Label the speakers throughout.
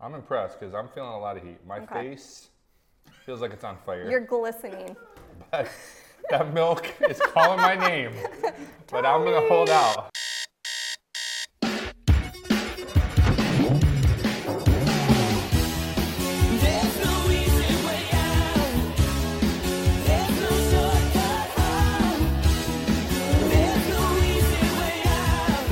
Speaker 1: I'm impressed because I'm feeling a lot of heat. My
Speaker 2: Okay.
Speaker 1: face feels like it's on fire.
Speaker 2: You're glistening.
Speaker 1: But that milk is calling my name, but I'm gonna hold out.
Speaker 3: There's no easy way out. There's no shortcut home. There's no easy way out.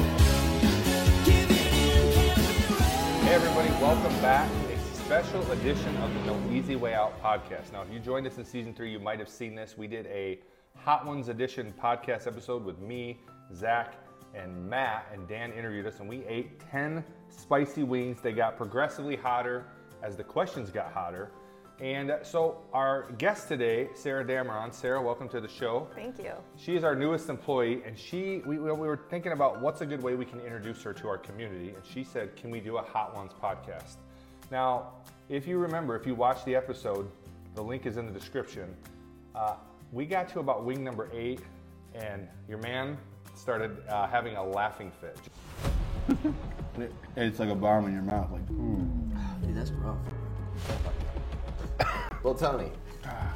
Speaker 3: Giving in can be wrong.
Speaker 1: Hey everybody, welcome back. A special edition of the No Easy Way Out podcast. Now, if you joined us in season three, you might have seen this. We did a Hot Ones Edition podcast episode with me, Zach, and Matt, and Dan interviewed us, and we ate 10 spicy wings. They got progressively hotter as the questions got hotter. And so, our guest today, Sarah Dameron. Sarah, welcome to the show.
Speaker 2: Thank you.
Speaker 1: She is our newest employee, and she we, we we were thinking about what's a good way we can introduce her to our community, and she said, "Can we do a Hot Ones podcast?" Now, if you remember, if you watched the episode, the link is in the description. Uh, we got to about wing number eight, and your man started uh, having a laughing fit.
Speaker 4: It- It's like a bomb in your mouth. Like, oh ooh.
Speaker 5: Dude, that's rough. well, Tony,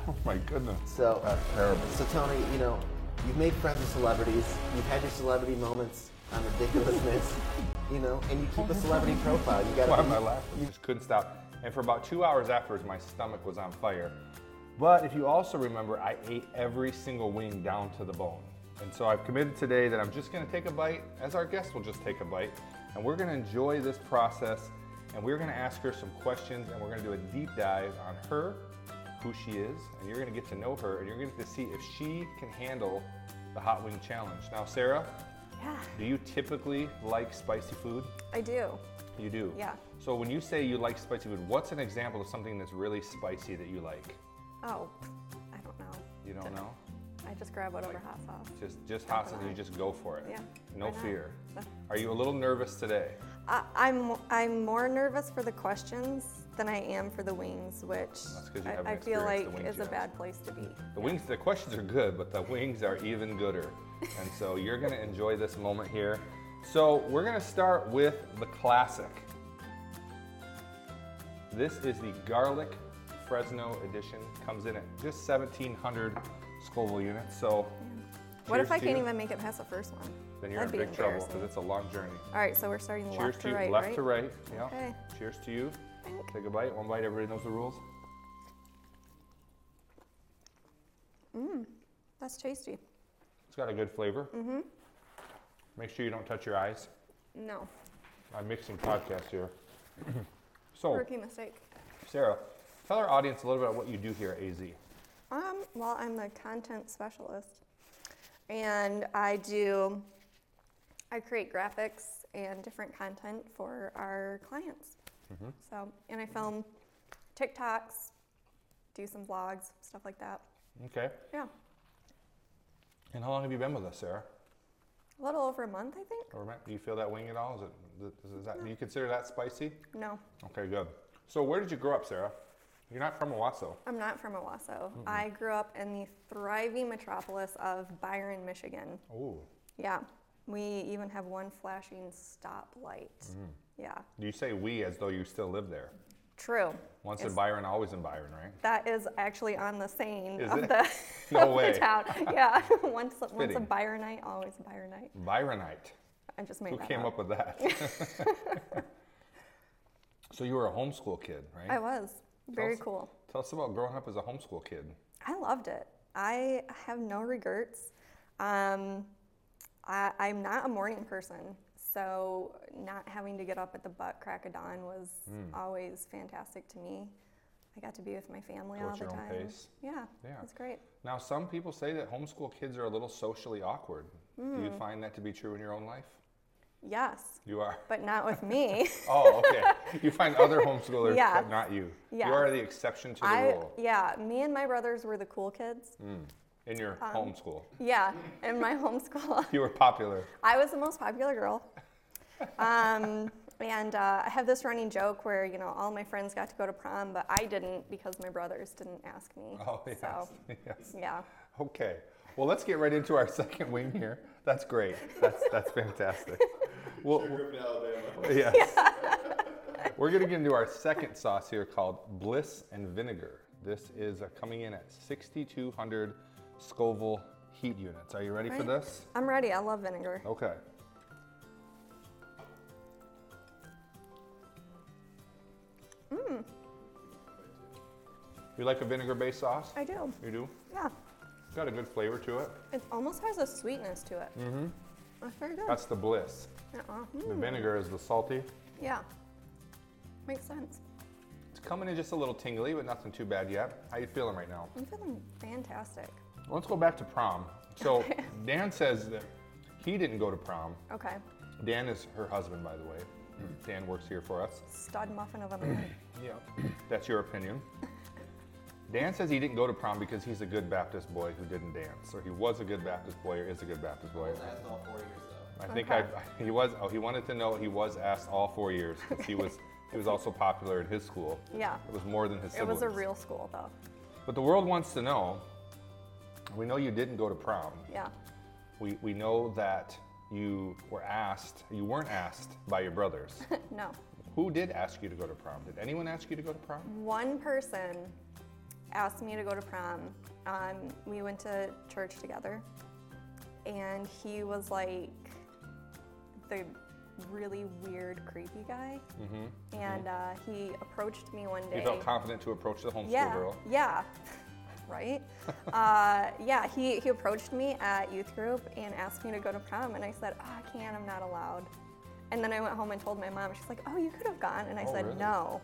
Speaker 1: Oh my goodness!
Speaker 5: so
Speaker 4: terrible.
Speaker 5: so Tony, you know, you've made friends with celebrities. You've had your celebrity moments on ridiculousness, you know, and you keep a celebrity profile. You
Speaker 1: Why
Speaker 5: gotta.
Speaker 1: am I laughing? You just couldn't stop. And for about two hours afterwards, my stomach was on fire. But if you also remember, I ate every single wing down to the bone. And so I've committed today that I'm just gonna take a bite, as our guest will just take a bite, and we're gonna enjoy this process. And we're gonna ask her some questions, and we're gonna do a deep dive on her, who she is, and you're gonna get to know her, and you're gonna get to see if she can handle the hot wing challenge. Now, Sarah,
Speaker 2: Yeah,
Speaker 1: do you typically like spicy food?
Speaker 2: I do.
Speaker 1: You do?
Speaker 2: Yeah.
Speaker 1: So when you say you like spicy food, what's an example of something that's really spicy that you like?
Speaker 2: Oh, I don't know.
Speaker 1: You don't know?
Speaker 2: I just grab whatever hot sauce.
Speaker 1: Just just hot sauce, you just go for it.
Speaker 2: Yeah,
Speaker 1: No
Speaker 2: why not?
Speaker 1: fear. Are you a little nervous today?
Speaker 2: I, I'm I'm more nervous for the questions than I am for the wings, which
Speaker 1: 'cause you haven't
Speaker 2: I, I feel
Speaker 1: experienced the
Speaker 2: like
Speaker 1: wing
Speaker 2: is a
Speaker 1: challenge.
Speaker 2: bad place to be.
Speaker 1: The wings, the questions are good, but the wings are even gooder. And so you're gonna enjoy this moment here. So we're gonna start with the classic. This is the garlic Fresno edition. Comes in at just 1,700 Scoville units. So
Speaker 2: What if
Speaker 1: cheers
Speaker 2: I
Speaker 1: to
Speaker 2: can't
Speaker 1: you.
Speaker 2: even make it past the first one?
Speaker 1: then you're
Speaker 2: That'd
Speaker 1: in
Speaker 2: be
Speaker 1: big trouble because
Speaker 2: embarrassing.
Speaker 1: it's a long journey.
Speaker 2: All right, so we're starting
Speaker 1: Cheers
Speaker 2: left
Speaker 1: to
Speaker 2: to
Speaker 1: you,
Speaker 2: right,
Speaker 1: left
Speaker 2: right?
Speaker 1: to right. Yeah.
Speaker 2: Okay.
Speaker 1: Cheers to you. Take a bite. One bite. Everybody knows the rules.
Speaker 2: That's tasty.
Speaker 1: It's got a good flavor. Mm-hmm. Make sure you don't touch your eyes.
Speaker 2: No,
Speaker 1: I'm mixing podcasts here. so,
Speaker 2: rookie mistake.
Speaker 1: Sarah, tell our audience a little bit about what you do here at AZ.
Speaker 2: Um, well, I'm the content specialist, and I do I create graphics and different content for our clients. So, and I film TikToks, do some vlogs, stuff like that.
Speaker 1: Okay.
Speaker 2: Yeah,
Speaker 1: And how long have you been with us, Sarah?
Speaker 2: a little over a month, I think.
Speaker 1: Or Matt, Do you feel that wing at all? Is it? Is, is that? Do you consider that spicy?
Speaker 2: No,
Speaker 1: Okay, good. So, where did you grow up, Sarah? You're not from Owasso.
Speaker 2: I'm not from Owasso. I grew up in the thriving metropolis of Byron, Michigan.
Speaker 1: Ooh.
Speaker 2: Yeah, we even have one flashing stoplight. Yeah,
Speaker 1: You say we as though you still live there.
Speaker 2: true.
Speaker 1: Once
Speaker 2: It's-
Speaker 1: in Byron, always in Byron, right?
Speaker 2: That is actually on the saying
Speaker 1: Is
Speaker 2: of
Speaker 1: it?
Speaker 2: the
Speaker 1: No
Speaker 2: of the
Speaker 1: way.
Speaker 2: town. Yeah, once once a
Speaker 1: Fitting.
Speaker 2: Byronite, always a Byronite.
Speaker 1: Byronite.
Speaker 2: I just made
Speaker 1: Who
Speaker 2: that
Speaker 1: came up with that? so you were a homeschool kid, right?
Speaker 2: I was very
Speaker 1: us-
Speaker 2: cool.
Speaker 1: Tell us about growing up as a homeschool kid.
Speaker 2: I loved it. I have no regrets. Um, I, I'm not a morning person, so not having to get up at the butt crack of dawn was
Speaker 1: Hmm.
Speaker 2: always fantastic to me. I got to be with my family
Speaker 1: Go at
Speaker 2: all the
Speaker 1: your own
Speaker 2: time.
Speaker 1: pace.
Speaker 2: Yeah,
Speaker 1: Yeah.
Speaker 2: it's great.
Speaker 1: Now, some people say that homeschool kids are a little socially awkward. Do
Speaker 2: Hmm.
Speaker 1: you find that to be true in your own life?
Speaker 2: Yes,
Speaker 1: You are.
Speaker 2: but not with me.
Speaker 1: Oh, okay. you find other homeschoolers,
Speaker 2: Yeah.
Speaker 1: but not you.
Speaker 2: Yeah.
Speaker 1: You are the exception to the Hmm.
Speaker 2: I
Speaker 1: rule
Speaker 2: yeah, me and my brothers were the cool kids.
Speaker 1: in your
Speaker 2: Um,
Speaker 1: homeschool.
Speaker 2: Yeah, in my homeschool,
Speaker 1: You were popular.
Speaker 2: I was the most popular girl. Um, and uh, I have this running joke where you know all my friends got to go to prom, but I didn't because my brothers didn't ask me.
Speaker 1: Oh, yes.
Speaker 2: So,
Speaker 1: yes.
Speaker 2: yeah.
Speaker 1: Okay. Well, let's get right into our second wing here. That's great. That's that's fantastic. Well, well- yes. We're gonna get into our second sauce here called Bliss and Vinegar. This is uh, coming in at 6,200 Scoville heat units. Are you ready for
Speaker 2: Right.
Speaker 1: this?
Speaker 2: I'm ready. I love vinegar.
Speaker 1: Okay.
Speaker 2: Mm.
Speaker 1: You like a vinegar-based sauce?
Speaker 2: I do.
Speaker 1: You do.
Speaker 2: Yeah.
Speaker 1: Got a good flavor to it.
Speaker 2: It almost has a sweetness to it. Mm-hmm. That's very good.
Speaker 1: That's the bliss.
Speaker 2: Uh-uh.
Speaker 1: The vinegar is the salty.
Speaker 2: Yeah. Makes sense.
Speaker 1: It's coming in just a little tingly, but nothing too bad yet. How you feeling right now?
Speaker 2: I'm feeling fantastic.
Speaker 1: Let's go back to prom. So Dan says that he didn't go to prom.
Speaker 2: Okay.
Speaker 1: Dan is her husband, by the way. Dan works here for us.
Speaker 2: Stud muffin of a man.
Speaker 1: Yeah. That's your opinion. Dan says he didn't go to prom because he's a good Baptist boy who didn't dance, or he was a good Baptist boy, or is a good Baptist boy.
Speaker 5: That's all four years though.
Speaker 1: I think I,
Speaker 2: Okay.
Speaker 1: he was. Oh, he wanted to know he was asked all four years. 'cause He was. He was also popular at his school.
Speaker 2: Yeah.
Speaker 1: It was more than his
Speaker 2: it
Speaker 1: siblings.
Speaker 2: was a real school though.
Speaker 1: But the world wants to know. We know you didn't go to prom.
Speaker 2: Yeah.
Speaker 1: We we know that you were asked. You weren't asked by your brothers.
Speaker 2: No.
Speaker 1: Who did ask you to go to prom? Did anyone ask you to go to prom?
Speaker 2: One person asked me to go to prom. Um, we went to church together, and he was like the really weird, creepy guy. And uh, he approached me one day.
Speaker 1: Mm-hmm. You felt confident to approach the homeschool
Speaker 2: yeah,
Speaker 1: girl.
Speaker 2: yeah, right. uh, yeah, he he approached me at youth group and asked me to go to prom, and I said, oh, I can't, I'm not allowed. And then I went home and told my mom. She's like, Oh, you could have gone. And I
Speaker 1: Oh,
Speaker 2: said,
Speaker 1: really?
Speaker 2: No,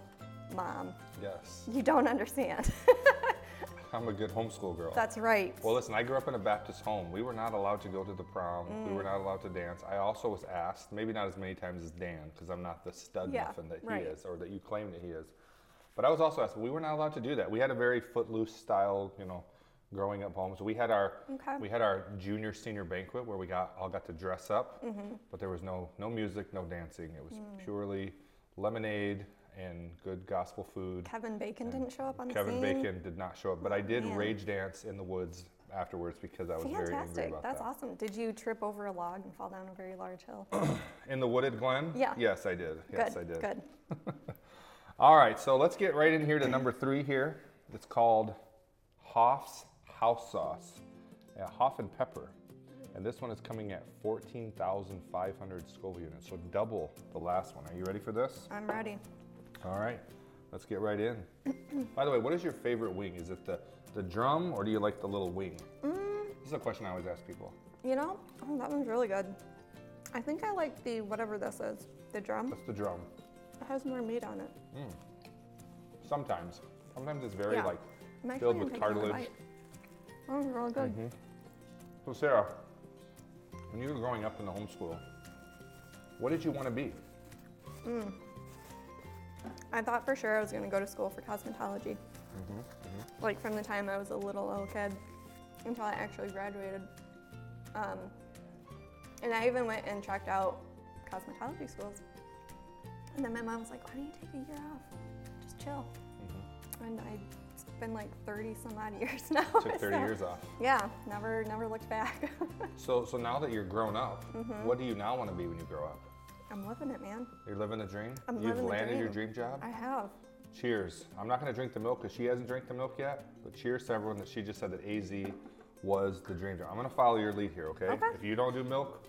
Speaker 2: mom.
Speaker 1: Yes,
Speaker 2: You don't understand.
Speaker 1: I'm a good homeschool girl.
Speaker 2: That's right.
Speaker 1: Well, listen, I grew up in a Baptist home. We were not allowed to go to the prom. We
Speaker 2: Mm.
Speaker 1: were not allowed to dance. I also was asked, maybe not as many times as Dan, because I'm not the stud
Speaker 2: Yeah,
Speaker 1: muffin that he
Speaker 2: right.
Speaker 1: is, or that you claim that he is. But I was also asked. We were not allowed to do that. We had a very footloose style, you know, growing up home. So we had our
Speaker 2: Okay.
Speaker 1: we had our junior senior banquet where we got all got to dress up,
Speaker 2: Mm-hmm.
Speaker 1: but there was no no music, no dancing. It was
Speaker 2: Mm.
Speaker 1: purely lemonade and good gospel food.
Speaker 2: Kevin Bacon didn't show up on
Speaker 1: Kevin
Speaker 2: the scene.
Speaker 1: Bacon did not show up, but I did
Speaker 2: Man.
Speaker 1: rage dance in the woods afterwards because I was very angry
Speaker 2: Fantastic.
Speaker 1: about
Speaker 2: That's
Speaker 1: that.
Speaker 2: awesome. Did you trip over a log and fall down a very large hill?
Speaker 1: In the wooded glen?
Speaker 2: Yeah.
Speaker 1: Yes, I did. Oh, Yes,
Speaker 2: good.
Speaker 1: I did.
Speaker 2: Good.
Speaker 1: All right, so let's get right in here to number three here. It's called Hoff's House Sauce, yeah, Hoff and Pepper. And this one is coming at 14,500 Scoville units, so double the last one. Are you ready for this?
Speaker 2: I'm ready.
Speaker 1: All right, let's get right in. By the way, what is your favorite wing? Is it the, the drum or do you like the little wing?
Speaker 2: Mm.
Speaker 1: This is a question I always ask people.
Speaker 2: You know, oh, that one's really good. I think I like the whatever this is, the drum.
Speaker 1: That's the drum.
Speaker 2: It has more meat on it.
Speaker 1: Sometimes. Sometimes it's very
Speaker 2: Yeah.
Speaker 1: like
Speaker 2: I'm actually
Speaker 1: filled
Speaker 2: gonna
Speaker 1: with
Speaker 2: take another
Speaker 1: cartilage. Mm-hmm.
Speaker 2: bite. That one's really Oh, good.
Speaker 1: So Sarah, when you were growing up in the homeschool, what did you want to be?
Speaker 2: I thought for sure I was going to go to school for cosmetology.
Speaker 1: Mm-hmm,
Speaker 2: Like from the time I was a little little kid until I actually graduated. Um, and I even went and checked out cosmetology schools. And then my mom was like, "Why don't you take a year off? Just chill." And I, it's been like 30 some odd years now.
Speaker 1: Took 30
Speaker 2: so-
Speaker 1: years off.
Speaker 2: Yeah, never never looked back.
Speaker 1: So so now that you're grown up,
Speaker 2: Mm-hmm.
Speaker 1: what do you now want to be when you grow up?
Speaker 2: I'm living it, man.
Speaker 1: You're living a dream?
Speaker 2: I'm
Speaker 1: You've
Speaker 2: living the
Speaker 1: landed your
Speaker 2: dream.
Speaker 1: dream job?
Speaker 2: I have.
Speaker 1: Cheers. I'm not going to drink the milk because she hasn't drank the milk yet. But cheers to everyone that she just said that AZ was the dream job. I'm going to follow your lead here, okay?
Speaker 2: Okay.
Speaker 1: If you don't do milk,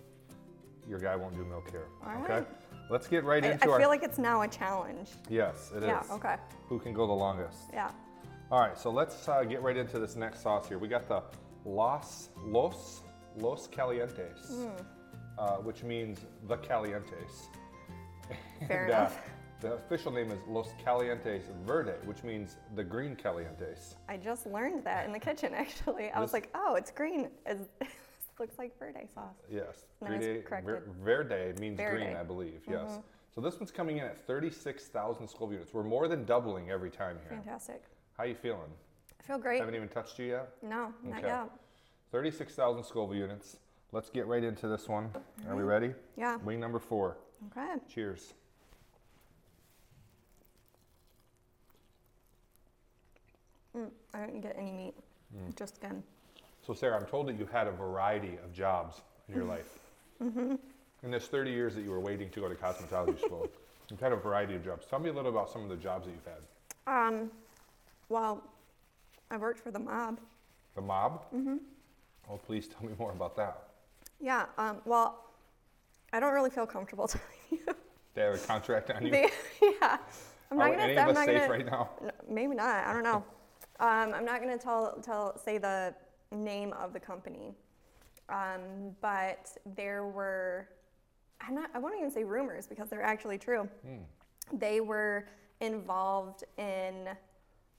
Speaker 1: your guy won't do milk here.
Speaker 2: All
Speaker 1: okay.
Speaker 2: right.
Speaker 1: Let's get right
Speaker 2: I, I
Speaker 1: into our.
Speaker 2: feel like it's now a challenge.
Speaker 1: yes, it is.
Speaker 2: Yeah, okay.
Speaker 1: Who can go the longest?
Speaker 2: Yeah.
Speaker 1: All right. So let's uh, get right into this next sauce here. We got the los los los calientes,
Speaker 2: Mm.
Speaker 1: uh, which means the calientes.
Speaker 2: Fair
Speaker 1: And, uh,
Speaker 2: enough.
Speaker 1: the official name is Los Calientes Verde, which means the green calientes.
Speaker 2: I just learned that in the kitchen, actually. I was
Speaker 1: This-
Speaker 2: like, oh, it's green. It's, this looks like verde sauce.
Speaker 1: Yes.
Speaker 2: And I was
Speaker 1: Verde,
Speaker 2: corrected.
Speaker 1: verde means green,
Speaker 2: Verde. Mm-hmm.
Speaker 1: I believe. Yes. So this one's coming in at 36,000 Scoville units. We're more than doubling every time here.
Speaker 2: Fantastic.
Speaker 1: How you feeling?
Speaker 2: I feel great.
Speaker 1: Haven't even touched you yet?
Speaker 2: No, not
Speaker 1: Okay.
Speaker 2: yet.
Speaker 1: 36,000 Scoville units. Let's get right into this one. Are
Speaker 2: Mm-hmm.
Speaker 1: we ready?
Speaker 2: Yeah.
Speaker 1: Wing number four.
Speaker 2: Okay.
Speaker 1: Cheers.
Speaker 2: Mm, I didn't get any meat,
Speaker 1: Mm.
Speaker 2: just skin.
Speaker 1: So, Sarah, I'm told that you had a variety of
Speaker 2: Mm-hmm.
Speaker 1: jobs in your life. In this 30 years that you were waiting to go to cosmetology school, You've had a variety of jobs. Tell me a little about some of the jobs that you've had.
Speaker 2: Um, well, I worked for the mob.
Speaker 1: The mob? Mm-hmm. Oh, please tell me more about that.
Speaker 2: Yeah. Um, well, I don't really feel comfortable telling you.
Speaker 1: They have a contract on you?
Speaker 2: They- yeah. I'm
Speaker 1: Are
Speaker 2: not gonna.
Speaker 1: any of
Speaker 2: I'm
Speaker 1: us
Speaker 2: not
Speaker 1: safe
Speaker 2: gonna,
Speaker 1: right now?
Speaker 2: N- maybe not. I don't know. um, I'm not gonna tell tell say the name of the company, um, but there were. I'm not. I won't even say rumors because they're actually true. They were involved in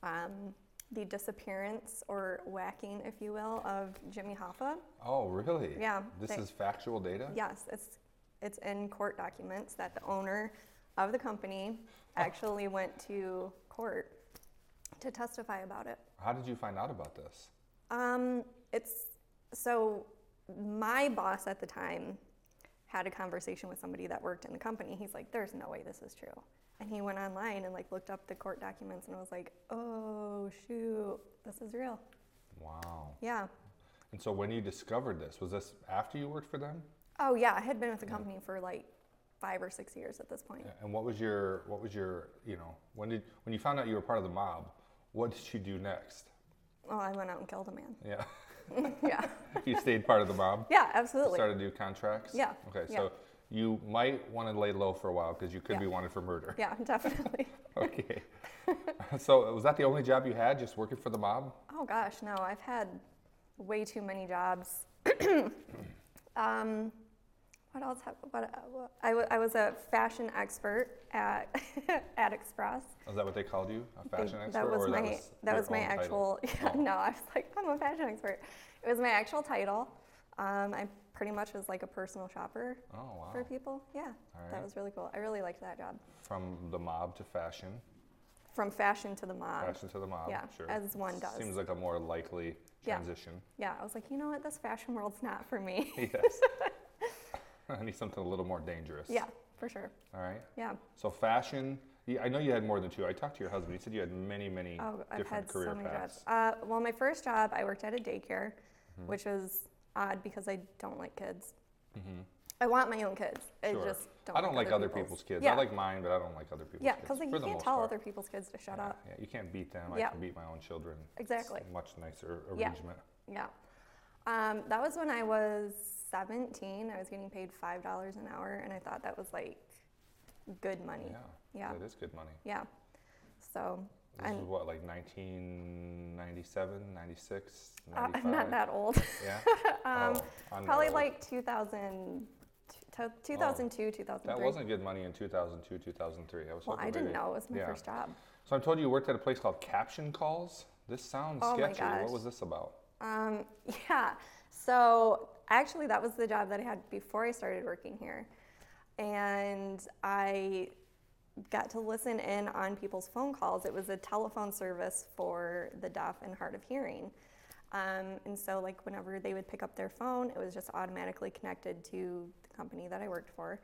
Speaker 2: um, the disappearance or whacking, if you will, of Jimmy Hoffa.
Speaker 1: Oh, really?
Speaker 2: Yeah,
Speaker 1: This
Speaker 2: they-
Speaker 1: is factual data?
Speaker 2: Yes, it's it's in court documents that the owner of the company actually went to court to testify about it.
Speaker 1: How did you find out about this?
Speaker 2: Um, it's so my boss at the time had a conversation with somebody that worked in the company. He's like, "There's no way this is true," and he went online and like looked up the court documents and was like, "Oh shoot, this is real."
Speaker 1: Wow.
Speaker 2: Yeah.
Speaker 1: And so when you discovered this, was this after you worked for them?
Speaker 2: Oh yeah, I had been with the company for like five or six years at this point.
Speaker 1: And what was your what was your you know when did when you found out you were part of the mob? What did you do next?
Speaker 2: Oh, I went out and killed a man.
Speaker 1: Yeah,
Speaker 2: yeah.
Speaker 1: you stayed part of the mob.
Speaker 2: Yeah, absolutely.
Speaker 1: Started to do contracts.
Speaker 2: Yeah,
Speaker 1: Okay,
Speaker 2: yeah.
Speaker 1: so you might want to lay low for a while because you could
Speaker 2: Yeah.
Speaker 1: be wanted for murder.
Speaker 2: Yeah, definitely.
Speaker 1: Okay. so was that the only job you had? Just working for the mob?
Speaker 2: oh gosh, no, I've had way too many jobs. um, what else? Have, what, uh, I, w- I was a fashion expert at at Express.
Speaker 1: Is that what they called you? A
Speaker 2: They-
Speaker 1: fashion expert?
Speaker 2: That was
Speaker 1: or
Speaker 2: my that was,
Speaker 1: was your
Speaker 2: my
Speaker 1: own title?
Speaker 2: actual. Yeah,
Speaker 1: Oh.
Speaker 2: No, I was like I'm a fashion expert. It was my actual title. Um, I pretty much was like a personal shopper
Speaker 1: Oh wow.
Speaker 2: for people. Yeah,
Speaker 1: right.
Speaker 2: that was really cool. I really liked that job.
Speaker 1: From the mob to fashion.
Speaker 2: From fashion to the mob.
Speaker 1: Fashion to the mob.
Speaker 2: Um, yeah,
Speaker 1: Sure.
Speaker 2: as one does.
Speaker 1: Seems like a more likely
Speaker 2: Yeah.
Speaker 1: transition.
Speaker 2: Yeah, I was like, you know what? This fashion world's not for me.
Speaker 1: Yes. I need something a little more dangerous.
Speaker 2: yeah, for sure.
Speaker 1: All right.
Speaker 2: Yeah.
Speaker 1: So fashion. y- I know you had more than two. I talked to your husband. He said you had many, many
Speaker 2: Oh, I've
Speaker 1: different
Speaker 2: had
Speaker 1: career
Speaker 2: so many
Speaker 1: paths. Mm-hmm.
Speaker 2: jobs. Uh, well, my first job, I worked at a daycare, which was odd because I don't like kids. I want my own kids. I
Speaker 1: Sure.
Speaker 2: just
Speaker 1: Mm-hmm.
Speaker 2: don't.
Speaker 1: I don't like other people's, kids.
Speaker 2: Yeah.
Speaker 1: I like mine, but I don't like other people's
Speaker 2: Yeah,
Speaker 1: kids.
Speaker 2: because like,
Speaker 1: for
Speaker 2: you
Speaker 1: the
Speaker 2: can't
Speaker 1: most
Speaker 2: tell
Speaker 1: part.
Speaker 2: other people's kids to shut up.
Speaker 1: Yeah, you can't beat them.
Speaker 2: Yeah.
Speaker 1: I can beat my own children.
Speaker 2: Exactly.
Speaker 1: It's a much nicer
Speaker 2: Yeah.
Speaker 1: arrangement.
Speaker 2: Yeah. Um, that was when I was 17. I was getting paid $5 an hour, and I thought that was like good money.
Speaker 1: Yeah.
Speaker 2: Yeah.
Speaker 1: That is good money.
Speaker 2: Yeah. So,
Speaker 1: This
Speaker 2: I'm,
Speaker 1: is what, like 1997, 96,
Speaker 2: uh, I'm not that old.
Speaker 1: Yeah.
Speaker 2: Um,
Speaker 1: Oh, I'm
Speaker 2: Probably
Speaker 1: not old.
Speaker 2: like 2000, t- 2002, 2003.
Speaker 1: Oh, That wasn't good money in 2002, 2003. I was
Speaker 2: Well,
Speaker 1: hoping
Speaker 2: I didn't
Speaker 1: maybe-
Speaker 2: know. It was my
Speaker 1: yeah.
Speaker 2: first job.
Speaker 1: So I'm told you worked at a place called Caption Calls. This sounds
Speaker 2: Oh my
Speaker 1: sketchy. What
Speaker 2: gosh.
Speaker 1: was this about?
Speaker 2: Um, yeah. So actually, that was the job that I had before I started working here, and I got to listen in on people's phone calls. It was a telephone service for the deaf and hard of hearing. Um, and so, like, whenever they would pick up their phone, it was just automatically connected to the company that I worked for.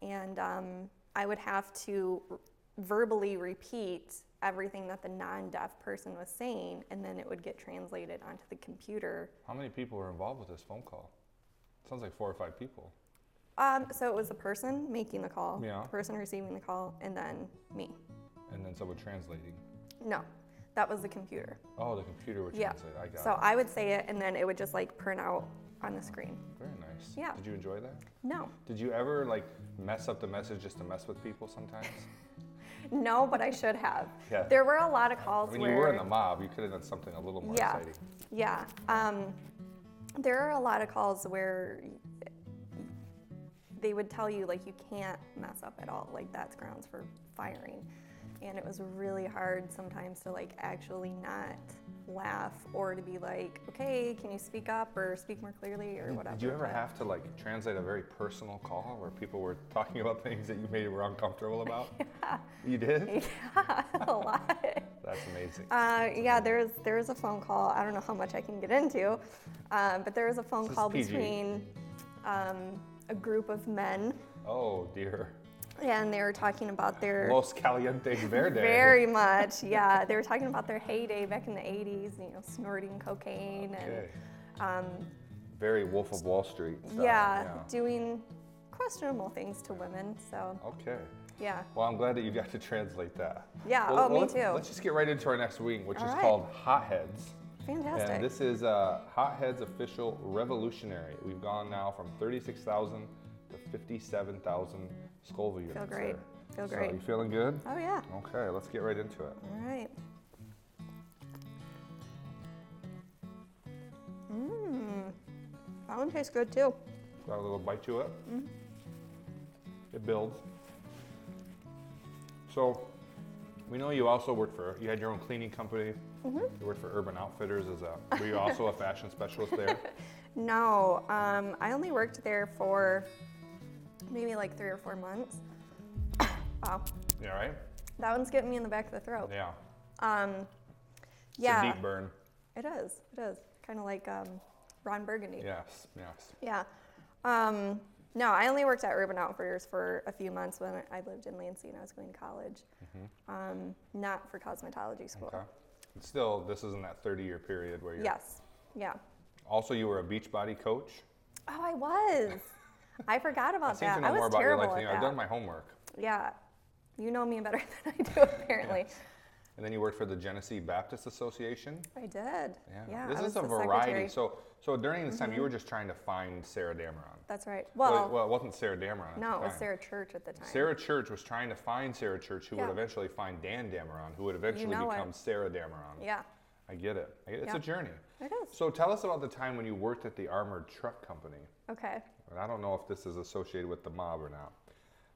Speaker 2: And um, I would have to r- verbally repeat everything that the non deaf person was saying, and then it would get translated onto the computer.
Speaker 1: How many people were involved with this phone call? Sounds like four or five people.
Speaker 2: Um, so, it was the person making the call,
Speaker 1: Yeah.
Speaker 2: the person receiving the call, and then me.
Speaker 1: And then someone translating.
Speaker 2: No, that was the computer.
Speaker 1: Oh, the computer would
Speaker 2: Yeah.
Speaker 1: translate. I got
Speaker 2: so
Speaker 1: it.
Speaker 2: I would say it, and then it would just like print out on the screen.
Speaker 1: Very nice.
Speaker 2: Yeah.
Speaker 1: Did you enjoy that?
Speaker 2: No,
Speaker 1: Did you ever like mess up the message just to mess with people sometimes?
Speaker 2: no, but I should have.
Speaker 1: Yeah.
Speaker 2: There were a lot of calls
Speaker 1: I mean,
Speaker 2: where.
Speaker 1: you were in the mob. You could have done something a little more
Speaker 2: yeah,
Speaker 1: exciting.
Speaker 2: yeah. Um, there are a lot of calls where they would tell you like you can't mess up at all. Like that's grounds for firing. And it was really hard sometimes to like actually not laugh or to be like, okay, can you speak up or speak more clearly or whatever.
Speaker 1: Did you ever
Speaker 2: but-
Speaker 1: have to like translate a very personal call where people were talking about things that you maybe were uncomfortable about? You did?
Speaker 2: Yeah, a lot.
Speaker 1: That's amazing.
Speaker 2: Uh, yeah, there's there's a phone call. I don't know how much I can get into, um, but there was a phone
Speaker 1: This is
Speaker 2: call
Speaker 1: PG.
Speaker 2: between um, a group of men,
Speaker 1: oh dear.
Speaker 2: and they were talking about their
Speaker 1: Los Calientes Verde.
Speaker 2: very much, yeah, they were talking about their heyday back in the '80s. You know, snorting cocaine
Speaker 1: Okay.
Speaker 2: and um,
Speaker 1: Very Wolf of Wall Street. style,
Speaker 2: yeah, doing questionable things to women. So
Speaker 1: Okay.
Speaker 2: Yeah.
Speaker 1: Well, I'm glad that you got to translate that.
Speaker 2: Yeah,
Speaker 1: Well,
Speaker 2: oh, me
Speaker 1: let's-
Speaker 2: too.
Speaker 1: Let's just get right into our next wing, which
Speaker 2: All
Speaker 1: is
Speaker 2: right.
Speaker 1: called Hotheads.
Speaker 2: Fantastic.
Speaker 1: And this is uh, Hothead's official revolutionary. We've gone now from 36,000 to 57,000 Scoville units.
Speaker 2: great.
Speaker 1: There.
Speaker 2: Feel
Speaker 1: so
Speaker 2: great.
Speaker 1: You feeling good?
Speaker 2: oh yeah.
Speaker 1: Okay, let's get right into it.
Speaker 2: All right. Mmm. That one tastes good too.
Speaker 1: Got a little bite to it.
Speaker 2: Mm-hmm.
Speaker 1: It builds. So, we know you also worked for, you had your own cleaning company.
Speaker 2: Mm-hmm.
Speaker 1: You worked for Urban Outfitters as a, were you also a fashion specialist there?
Speaker 2: No, um, I only worked there for maybe like three or four months. wow,
Speaker 1: Yeah, right?
Speaker 2: that one's getting me in the back of the throat.
Speaker 1: Yeah.
Speaker 2: Um,
Speaker 1: It's a
Speaker 2: yeah,
Speaker 1: deep burn.
Speaker 2: it is. It is kind of like um, Ron Burgundy.
Speaker 1: Yes, yes.
Speaker 2: Yeah. Um, no, I only worked at Urban Outfitters for a few months when I lived in Lansing. I was going to college, um, not for cosmetology school.
Speaker 1: Mm-hmm. Okay. And still, this isn't that 30 year period where you're.
Speaker 2: Yes. Yeah.
Speaker 1: Also, you were a beach body coach.
Speaker 2: Oh, I was. I forgot
Speaker 1: I
Speaker 2: about
Speaker 1: seem
Speaker 2: that.
Speaker 1: to know
Speaker 2: I was
Speaker 1: more about your
Speaker 2: terrible
Speaker 1: life than you.
Speaker 2: at
Speaker 1: I've
Speaker 2: that.
Speaker 1: done my homework.
Speaker 2: yeah. You know me better than I do, apparently.
Speaker 1: And then you worked for the Genesee Baptist Association.
Speaker 2: I did. Yeah.
Speaker 1: this is
Speaker 2: I was
Speaker 1: a
Speaker 2: the
Speaker 1: variety.
Speaker 2: secretary.
Speaker 1: So, so during this time, you were just trying to find Sarah Dameron.
Speaker 2: That's right. Well,
Speaker 1: well, well, it wasn't Sarah Dameron. At
Speaker 2: no,
Speaker 1: the
Speaker 2: it was
Speaker 1: time.
Speaker 2: Sarah Church at the time.
Speaker 1: Sarah Church was trying to find Sarah Church, who
Speaker 2: Yeah.
Speaker 1: would eventually find Dan Dameron, who would eventually
Speaker 2: know it.
Speaker 1: become Sarah Dameron.
Speaker 2: Yeah.
Speaker 1: I get it. I get it. It's
Speaker 2: Yeah.
Speaker 1: a journey.
Speaker 2: It is.
Speaker 1: So tell us about the time when you worked at the Armored Truck Company.
Speaker 2: Okay.
Speaker 1: And I don't know if this is associated with the mob or not,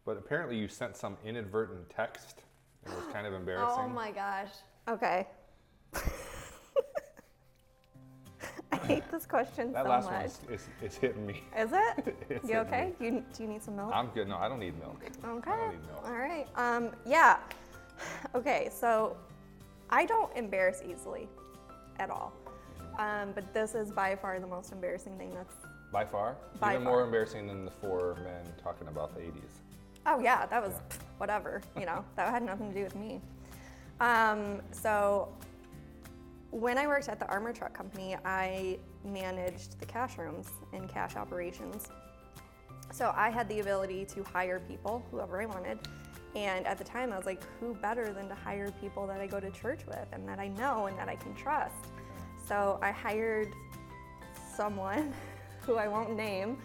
Speaker 1: but apparently you sent some inadvertent text. It was kind of embarrassing.
Speaker 2: Oh my gosh. Okay. I hate this question
Speaker 1: that
Speaker 2: so
Speaker 1: last
Speaker 2: much.
Speaker 1: one is, is, is hitting me.
Speaker 2: Is it?
Speaker 1: It's
Speaker 2: you
Speaker 1: hitting
Speaker 2: okay? You, do you need some milk?
Speaker 1: I'm good. No, I don't need milk.
Speaker 2: okay.
Speaker 1: I don't need milk.
Speaker 2: All right. Um, yeah. Okay, so I don't embarrass easily at all.
Speaker 1: Mm-hmm.
Speaker 2: Um, but this is by far the most embarrassing thing that's.
Speaker 1: By far,
Speaker 2: By
Speaker 1: even
Speaker 2: far.
Speaker 1: more embarrassing than the four men talking about the 80s.
Speaker 2: Oh, yeah, that was
Speaker 1: Yeah.
Speaker 2: pff, whatever. You know, that had nothing to do with me. Um, so when I worked at the armor truck company, I managed the cash rooms and cash operations. So I had the ability to hire people, whoever I wanted. And at the time, I was like, who better than to hire people that I go to church with and that I know and that I can trust? So I hired someone who I won't name.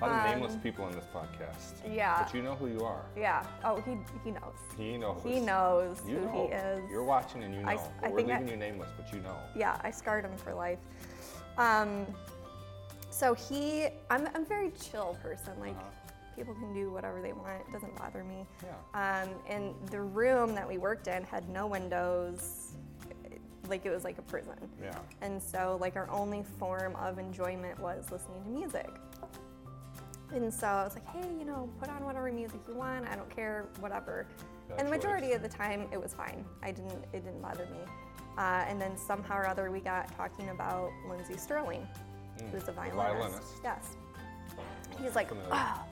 Speaker 1: A lot of nameless people in this podcast.
Speaker 2: Um, yeah.
Speaker 1: But you know who you are.
Speaker 2: Yeah. Oh, he, he knows.
Speaker 1: He knows.
Speaker 2: He knows
Speaker 1: You
Speaker 2: who
Speaker 1: know.
Speaker 2: he is.
Speaker 1: You're watching and you know.
Speaker 2: I s- I
Speaker 1: We're
Speaker 2: think
Speaker 1: leaving
Speaker 2: I-
Speaker 1: you nameless, but you know.
Speaker 2: yeah, I scarred him for life. Um, so he, I'm, I'm a very chill person. Like, people can do whatever they want. It doesn't bother me.
Speaker 1: Uh-huh. Yeah.
Speaker 2: Um, and the room that we worked in had no windows. It- Like, it was like a prison.
Speaker 1: Yeah.
Speaker 2: And so, like, our only form of enjoyment was listening to music. And so I was like, hey, you know, put on whatever music you want. I don't care, whatever.
Speaker 1: Good
Speaker 2: and the majority
Speaker 1: choice.
Speaker 2: of the time, it was fine. I didn't, it didn't bother me. Uh, and then somehow or other, we got talking about Lindsey Sterling, who's a violinist.
Speaker 1: violinist.
Speaker 2: Yes. He's like,
Speaker 1: Familiar.
Speaker 2: oh,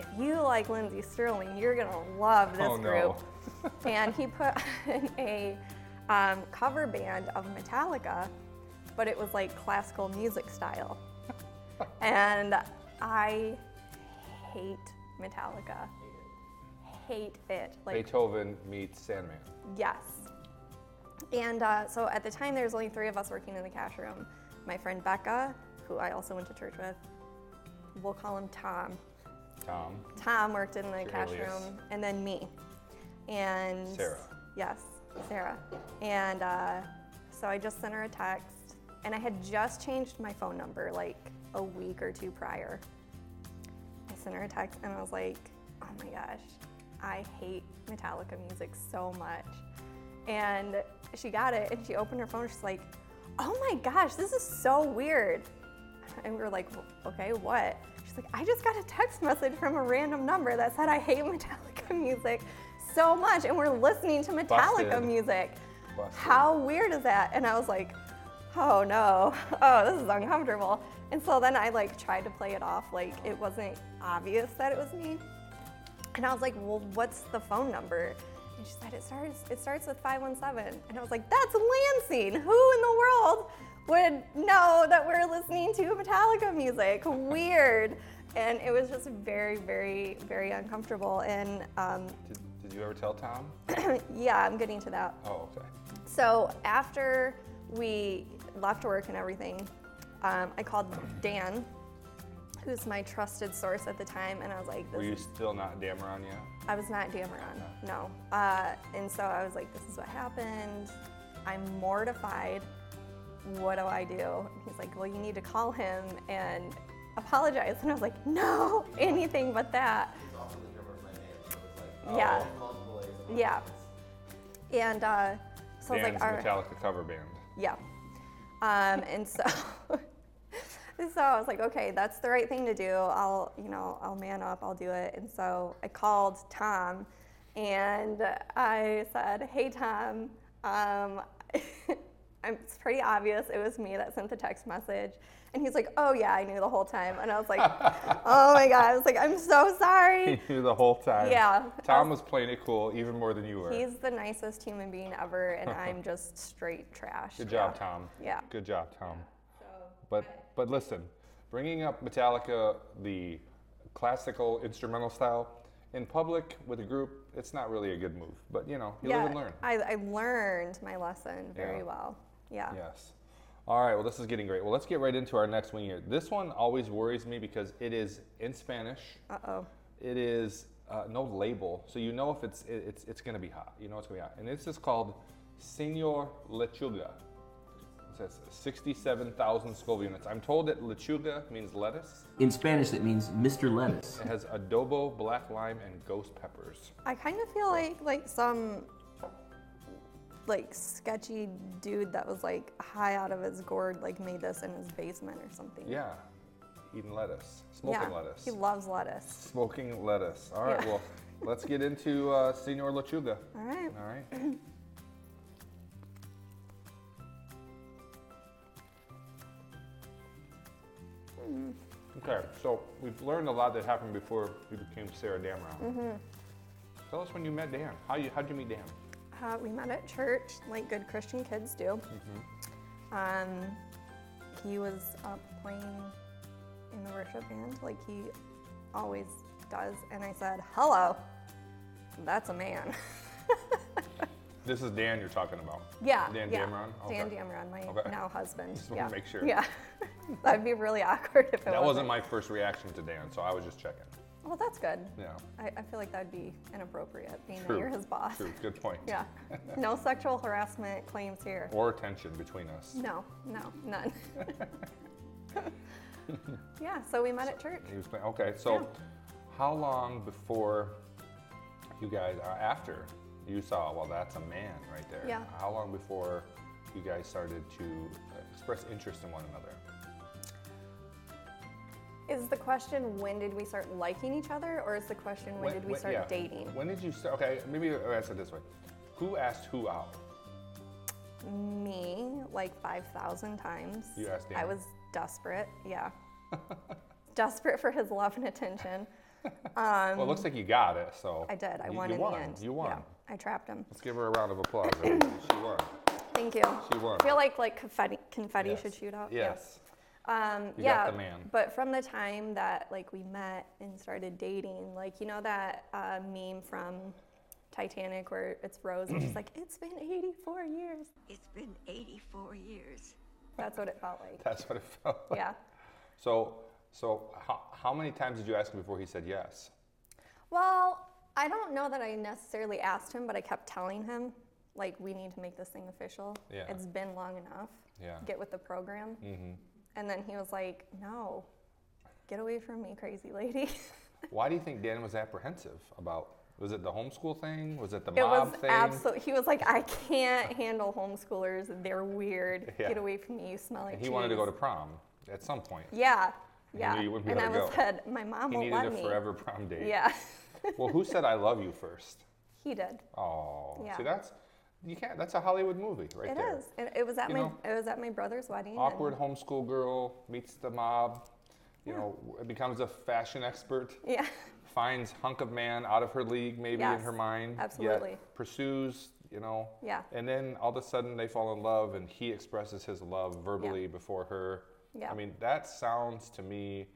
Speaker 2: if you like Lindsey Sterling, you're gonna love this
Speaker 1: Oh, no.
Speaker 2: group. and he put on a um, cover band of Metallica, but it was like classical music style. and I hate Metallica. Hate it. Like
Speaker 1: Beethoven meets Sandman.
Speaker 2: Yes. And uh, so at the time, there was only three of us working in the cash room. My friend Becca, who I also went to church with, we'll call him Tom.
Speaker 1: Tom.
Speaker 2: Tom worked in the
Speaker 1: Your
Speaker 2: cash
Speaker 1: alias.
Speaker 2: room, and then me. And
Speaker 1: Sarah.
Speaker 2: Yes, Sarah. And uh, so I just sent her a text, and I had just changed my phone number like a week or two prior. I sent her a text, and I was like, oh my gosh, I hate Metallica music so much. And she got it, and she opened her phone, she's like, oh my gosh, this is so weird. And we were like, "Wh- okay, what? She's like, I just got a text message from a random number that said I hate Metallica music so much, and we're listening to Metallica
Speaker 1: Busted.
Speaker 2: music.
Speaker 1: Busted.
Speaker 2: How weird is that? And I was like, oh no, oh, this is uncomfortable. And so then I like tried to play it off like it wasn't obvious that it was me. And I was like, well, what's the phone number? And she said, it starts, it starts with 517. And I was like, that's Lansing. Who in the world would know that we're listening to Metallica music? Weird. And it was just very, very, very uncomfortable. And um,
Speaker 1: Did, Did you ever tell Tom?
Speaker 2: Yeah, I'm getting to that.
Speaker 1: Oh, okay.
Speaker 2: So after we left work and everything, um, I called Dan, who's my trusted source at the time, and I was like, this
Speaker 1: Were you
Speaker 2: is-
Speaker 1: still not Dameron yet?
Speaker 2: I was not Dameron, no. Uh, and so I was like, this is what happened. I'm mortified. What do I do? And he's like, well, you need to call him and apologize. And I was like, no, anything but that. Yeah, yeah. And uh, so I was
Speaker 1: Dan's
Speaker 2: like, all right.
Speaker 1: Metallica cover band.
Speaker 2: Yeah. Um, and so, so I was like, okay, that's the right thing to do. I'll, you know, I'll man up. I'll do it. And so I called Tom, and I said, hey Tom, um, I'm- it's pretty obvious it was me that sent the text message. And he's like, oh yeah, I knew the whole time. And I was like, oh my god. I was like, I'm so sorry.
Speaker 1: He knew the whole time.
Speaker 2: Yeah.
Speaker 1: Tom was playing it cool even more than you were.
Speaker 2: He's the nicest human being ever, and I'm just straight trash.
Speaker 1: Good job,
Speaker 2: Yeah.
Speaker 1: Tom.
Speaker 2: Yeah.
Speaker 1: Good job, Tom.
Speaker 2: So-
Speaker 1: But but listen, bringing up Metallica, the classical instrumental style, in public with a group, it's not really a good move. But you know, you live and learn.
Speaker 2: I, I learned my lesson very
Speaker 1: Yeah.
Speaker 2: well. Yeah.
Speaker 1: Yes. All right. Well, this is getting great. Well, let's get right into our next wing here. This one always worries me because it is in Spanish.
Speaker 2: Uh oh.
Speaker 1: It is uh, no label, so you know if it's it, it's it's gonna be hot. You know it's gonna be hot. And this is called Señor Lechuga. It says 67,000 Scoville units. I'm told that lechuga means lettuce.
Speaker 6: In Spanish, that means Mr. Lettuce.
Speaker 1: It has adobo, black lime, and ghost peppers.
Speaker 2: I kind of feel like like some like sketchy dude that was like high out of his gourd like made this in his basement or something.
Speaker 1: Yeah, eating lettuce, smoking
Speaker 2: Yeah.
Speaker 1: lettuce.
Speaker 2: He loves lettuce.
Speaker 1: smoking lettuce. All right.
Speaker 2: Yeah.
Speaker 1: Well, let's get into uh, Señor Lechuga.
Speaker 2: All right.
Speaker 1: All right.
Speaker 2: Mm.
Speaker 1: okay, so we've learned a lot that happened before you became Sarah Damrow.
Speaker 2: Mm-hmm.
Speaker 1: Tell us when you met Dan. How you how'd you meet Dan?
Speaker 2: Uh, we met at church, like good Christian kids do.
Speaker 1: Mm-hmm.
Speaker 2: Um, he was up playing in the worship band, like he always does, and I said, "Hello, that's a man."
Speaker 1: This is Dan you're talking about.
Speaker 2: yeah,
Speaker 1: Dan
Speaker 2: yeah.
Speaker 1: Damron?
Speaker 2: Dan
Speaker 1: Okay.
Speaker 2: Damron, my
Speaker 1: Okay.
Speaker 2: now husband.
Speaker 1: Just wanna
Speaker 2: yeah.
Speaker 1: make sure.
Speaker 2: Yeah, that'd be really awkward if it
Speaker 1: That wasn't
Speaker 2: wasn't.
Speaker 1: my first reaction to Dan, so I was just checking.
Speaker 2: Well, that's good.
Speaker 1: Yeah.
Speaker 2: I, I feel like that'd be inappropriate, being
Speaker 1: True.
Speaker 2: that you're his boss.
Speaker 1: True. Good point.
Speaker 2: Yeah, no sexual harassment claims here.
Speaker 1: Or tension between us.
Speaker 2: No, no, none. yeah, so we met at church.
Speaker 1: He was playing. Okay, so
Speaker 2: Yeah.
Speaker 1: how long before you guys are after you saw? Well, that's a man right there.
Speaker 2: Yeah.
Speaker 1: How long before you guys started to uh, express interest in one another?
Speaker 2: Is the question when did we start liking each other, or is the question when, did we start
Speaker 1: yeah.
Speaker 2: dating?
Speaker 1: When did you start? Okay, maybe I'll ask it this way: Who asked who out?
Speaker 2: Me, like 5,000 times.
Speaker 1: You asked
Speaker 2: I
Speaker 1: Dan.
Speaker 2: was desperate, yeah. desperate for his love and attention. Um,
Speaker 1: Well, it looks like you got it. So
Speaker 2: I did. I
Speaker 1: You-
Speaker 2: won
Speaker 1: You
Speaker 2: in
Speaker 1: won.
Speaker 2: the end.
Speaker 1: You won.
Speaker 2: Yeah, I trapped him.
Speaker 1: Let's give her a round of applause. everybody. she won.
Speaker 2: Thank you.
Speaker 1: She won.
Speaker 2: I feel like like confetti, confetti
Speaker 1: Yes.
Speaker 2: should shoot out. Yeah.
Speaker 1: Yes.
Speaker 2: Um,
Speaker 1: You got
Speaker 2: yeah,
Speaker 1: the man.
Speaker 2: but from the time that like we met and started dating, like you know that uh, meme from Titanic where it's Rose and she's like, "It's been 84 years."
Speaker 7: It's been 84 years.
Speaker 2: That's what it felt like.
Speaker 1: That's what it felt. Like.
Speaker 2: Yeah.
Speaker 1: So, so how, how many times did you ask him before he said yes?
Speaker 2: Well, I don't know that I necessarily asked him, but I kept telling him like we need to make this thing official.
Speaker 1: Yeah.
Speaker 2: It's been long enough.
Speaker 1: Yeah. Mm-hmm.
Speaker 2: Get with the program. And then he was like, "No, get away from me, crazy lady."
Speaker 1: Why do you think Dan was apprehensive about? Was it the homeschool thing? Was it the
Speaker 2: It
Speaker 1: mob
Speaker 2: was
Speaker 1: thing?
Speaker 2: absolutely. He was like, I can't handle homeschoolers. They're weird.
Speaker 1: Yeah.
Speaker 2: Get away from me. You smell like
Speaker 1: And he wanted to
Speaker 2: cheese."
Speaker 1: go to prom at some point.
Speaker 2: Yeah,
Speaker 1: He
Speaker 2: yeah.
Speaker 1: knew you wouldn't be
Speaker 2: and I
Speaker 1: able to
Speaker 2: was
Speaker 1: go.
Speaker 2: said, my mom
Speaker 1: He
Speaker 2: will
Speaker 1: needed
Speaker 2: let
Speaker 1: a
Speaker 2: me.
Speaker 1: forever prom date.
Speaker 2: Yeah,
Speaker 1: Well, who said I love you first?
Speaker 2: he did.
Speaker 1: Oh,
Speaker 2: Yeah.
Speaker 1: see that's you can't. That's a Hollywood movie right
Speaker 2: It
Speaker 1: there.
Speaker 2: is. It, it was at
Speaker 1: You
Speaker 2: my.
Speaker 1: know,
Speaker 2: it was at my brother's wedding.
Speaker 1: Awkward homeschool girl meets the mob. You know, w- becomes a fashion expert.
Speaker 2: And, yeah.
Speaker 1: Finds hunk of man out of her league, maybe
Speaker 2: Yes,
Speaker 1: in her mind. yet
Speaker 2: absolutely.
Speaker 1: pursues, you know.
Speaker 2: Yeah.
Speaker 1: And then all of a sudden they fall in love, and he expresses his love verbally before her.
Speaker 2: Yeah.
Speaker 1: I mean, that sounds to me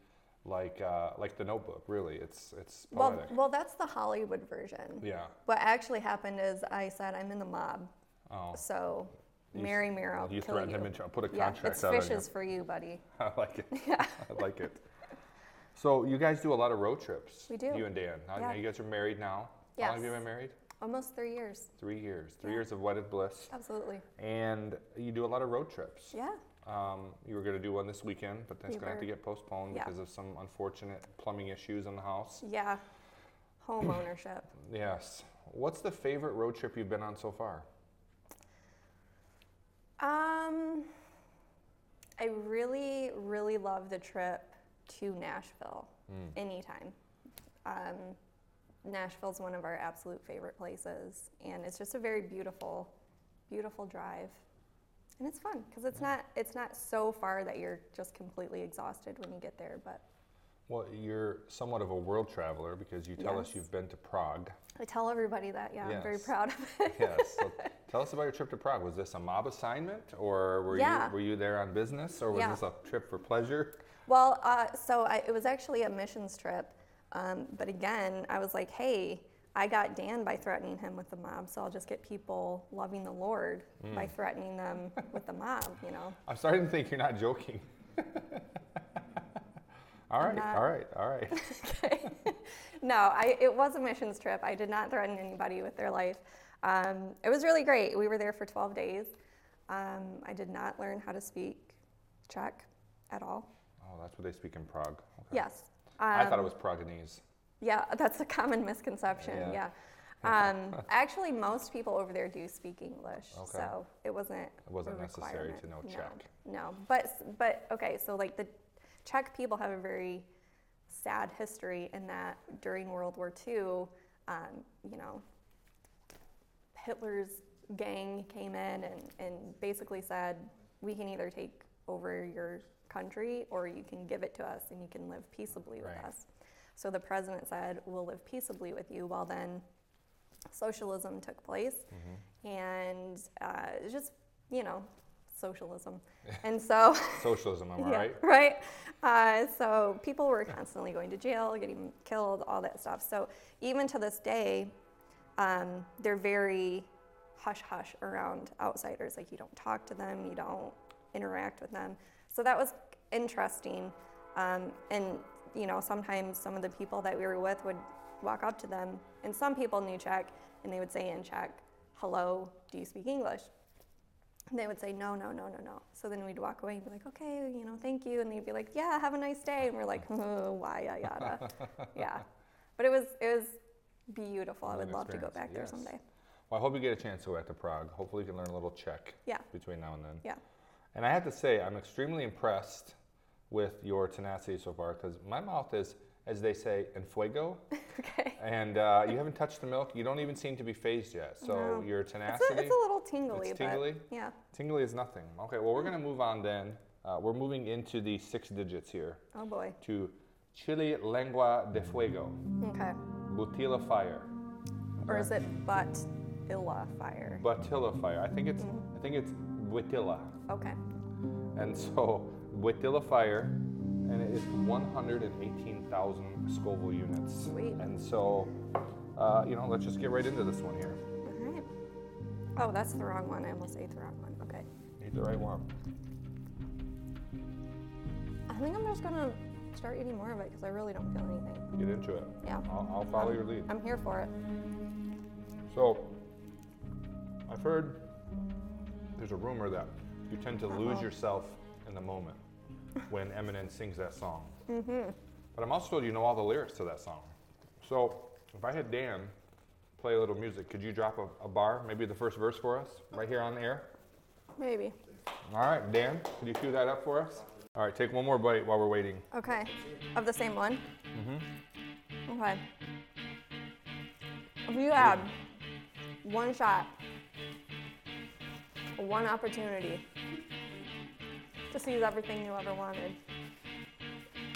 Speaker 1: like uh, like The Notebook. Really, it's it's
Speaker 2: Well,
Speaker 1: poetic.
Speaker 2: well, that's the Hollywood version.
Speaker 1: yeah.
Speaker 2: What actually happened is I said I'm in the mob,
Speaker 1: Oh,
Speaker 2: so
Speaker 1: You
Speaker 2: marry
Speaker 1: th-
Speaker 2: me or I'll
Speaker 1: you
Speaker 2: kill
Speaker 1: threatened
Speaker 2: you.
Speaker 1: him into. I'll put a
Speaker 2: yeah,
Speaker 1: contract
Speaker 2: it's
Speaker 1: out on
Speaker 2: fishes
Speaker 1: you.
Speaker 2: for you, buddy.
Speaker 1: I like it.
Speaker 2: Yeah.
Speaker 1: I like it. So you guys do a lot of road trips.
Speaker 2: We do.
Speaker 1: You and Dan. Now,
Speaker 2: Yeah.
Speaker 1: now you guys are married now. How long have you
Speaker 2: Yes.
Speaker 1: been married?
Speaker 2: Almost three years.
Speaker 1: Three years. Three years of wedded bliss.
Speaker 2: Absolutely.
Speaker 1: And you do a lot of road trips.
Speaker 2: Yeah.
Speaker 1: Um, you were going to do one this weekend, but that's
Speaker 2: We
Speaker 1: going to have to
Speaker 2: were.
Speaker 1: get postponed
Speaker 2: Yeah.
Speaker 1: because of some unfortunate plumbing issues in the house.
Speaker 2: Yeah. Home ownership.
Speaker 1: Yes. What's the favorite road trip you've been on so far?
Speaker 2: Um, I really, really love the trip to Nashville anytime. Um, Nashville's one of our absolute favorite places, and it's just a very beautiful, beautiful drive. And it's fun because it's not it's not so far that you're just completely exhausted when you get there. But
Speaker 1: Well, you're somewhat of a world traveler because you tell us
Speaker 2: Yes.
Speaker 1: you've been to Prague.
Speaker 2: I tell everybody that, yeah, I'm very
Speaker 1: Yes.
Speaker 2: proud of it.
Speaker 1: yes. So tell us about your trip to Prague. Was this a mob assignment, or were
Speaker 2: Yeah.
Speaker 1: you were you there on business, or was
Speaker 2: Yeah.
Speaker 1: this a trip for pleasure?
Speaker 2: Well, uh, so I, it was actually a missions trip, um, but again, I was like, hey, I got Dan by threatening him with the mob, so I'll just get people loving the Lord by threatening them with the mob, you know?
Speaker 1: I'm starting to think you're not joking. all right,
Speaker 2: not.
Speaker 1: all right, all right.
Speaker 2: No, I, it was a missions trip. I did not threaten anybody with their life. Um, it was really great. We were there for 12 days. Um, I did not learn how to speak Czech at all.
Speaker 1: Oh, that's what they speak in Prague. Okay.
Speaker 2: Yes.
Speaker 1: I
Speaker 2: Um,
Speaker 1: thought it was Praganese.
Speaker 2: Yeah, that's a common misconception.
Speaker 1: Yeah.
Speaker 2: Yeah. Um, actually, most people over there do speak English,
Speaker 1: Okay.
Speaker 2: so it wasn't. It
Speaker 1: wasn't necessary to know Czech.
Speaker 2: No, but s- but okay, so like the Czech people have a very sad history in that during World War II, um, you know, Hitler's gang came in and, and basically said, we can either take over your country or you can give it to us and you can live peaceably
Speaker 1: Right.
Speaker 2: with us. So the president said, we'll live peaceably with you. Well, then socialism took place and uh, it's just, you know, socialism. and so.
Speaker 1: Socialism, am I right?
Speaker 2: Yeah, right. Uh, so people were constantly going to jail, getting killed, all that stuff. So even to this day, um, they're very hush hush around outsiders. Like you don't talk to them, you don't interact with them. So that was interesting. Um, and you know, sometimes some of the people that we were with would walk up to them, and some people knew Czech, and they would say in Czech, "Hello, do you speak English?" And they would say, no, no, no, no, no. So then we'd walk away and be like, okay, you know, thank you. And they'd be like, yeah, have a nice day. And we're like, oh, why, yada, yada. yeah. But it was, it was beautiful. I
Speaker 1: What
Speaker 2: would
Speaker 1: an
Speaker 2: love to go
Speaker 1: experience.
Speaker 2: back there
Speaker 1: Yes.
Speaker 2: someday.
Speaker 1: Well, I hope you get a chance to go back to Prague. Hopefully, you can learn a little Czech
Speaker 2: Yeah.
Speaker 1: between now and then.
Speaker 2: Yeah.
Speaker 1: And I have to say, I'm extremely impressed with your tenacity so far because my mouth is, as they say, en fuego.
Speaker 2: Okay.
Speaker 1: and uh, you haven't touched the milk. You don't even seem to be phased yet. So
Speaker 2: No.
Speaker 1: your
Speaker 2: It's a,
Speaker 1: tenacity,
Speaker 2: it's a little tingly,
Speaker 1: It's
Speaker 2: but
Speaker 1: tingly?
Speaker 2: yeah.
Speaker 1: tingly is nothing. Okay, well, we're going to move on then. Uh, we're moving into the six digits here
Speaker 2: Oh boy.
Speaker 1: to Chile Lengua de Fuego,
Speaker 2: Okay.
Speaker 1: Butila Fire,
Speaker 2: Or is it but illa fire?
Speaker 1: Butila Fire. I think it's, I think it's Butila.
Speaker 2: Okay.
Speaker 1: And so Butila Fire, and it is 118,000 Scoville units.
Speaker 2: Sweet.
Speaker 1: And so, uh, you know, let's just get right into this one here.
Speaker 2: All right. Oh, that's the wrong one. I almost ate the wrong one. Okay.
Speaker 1: Need the right one.
Speaker 2: I think I'm just going to start eating more of it because I really don't feel anything.
Speaker 1: Get into it.
Speaker 2: Yeah.
Speaker 1: I'll, I'll follow your lead.
Speaker 2: I'm here for it.
Speaker 1: So, I've heard there's a rumor that you tend to lose yourself in the moment when Eminem sings that song. Mm-hmm. But I'm also told you know all the lyrics to that song. So, if I had Dan play a little music, could you drop a, a bar, maybe the first verse for us, right here on the air?
Speaker 2: Maybe.
Speaker 1: All right, Dan, could you cue that up for us? All right, take one more bite while we're waiting.
Speaker 2: Okay. Of the same one? Mm-hmm. Okay. If you had one shot, one opportunity to seize everything you ever wanted,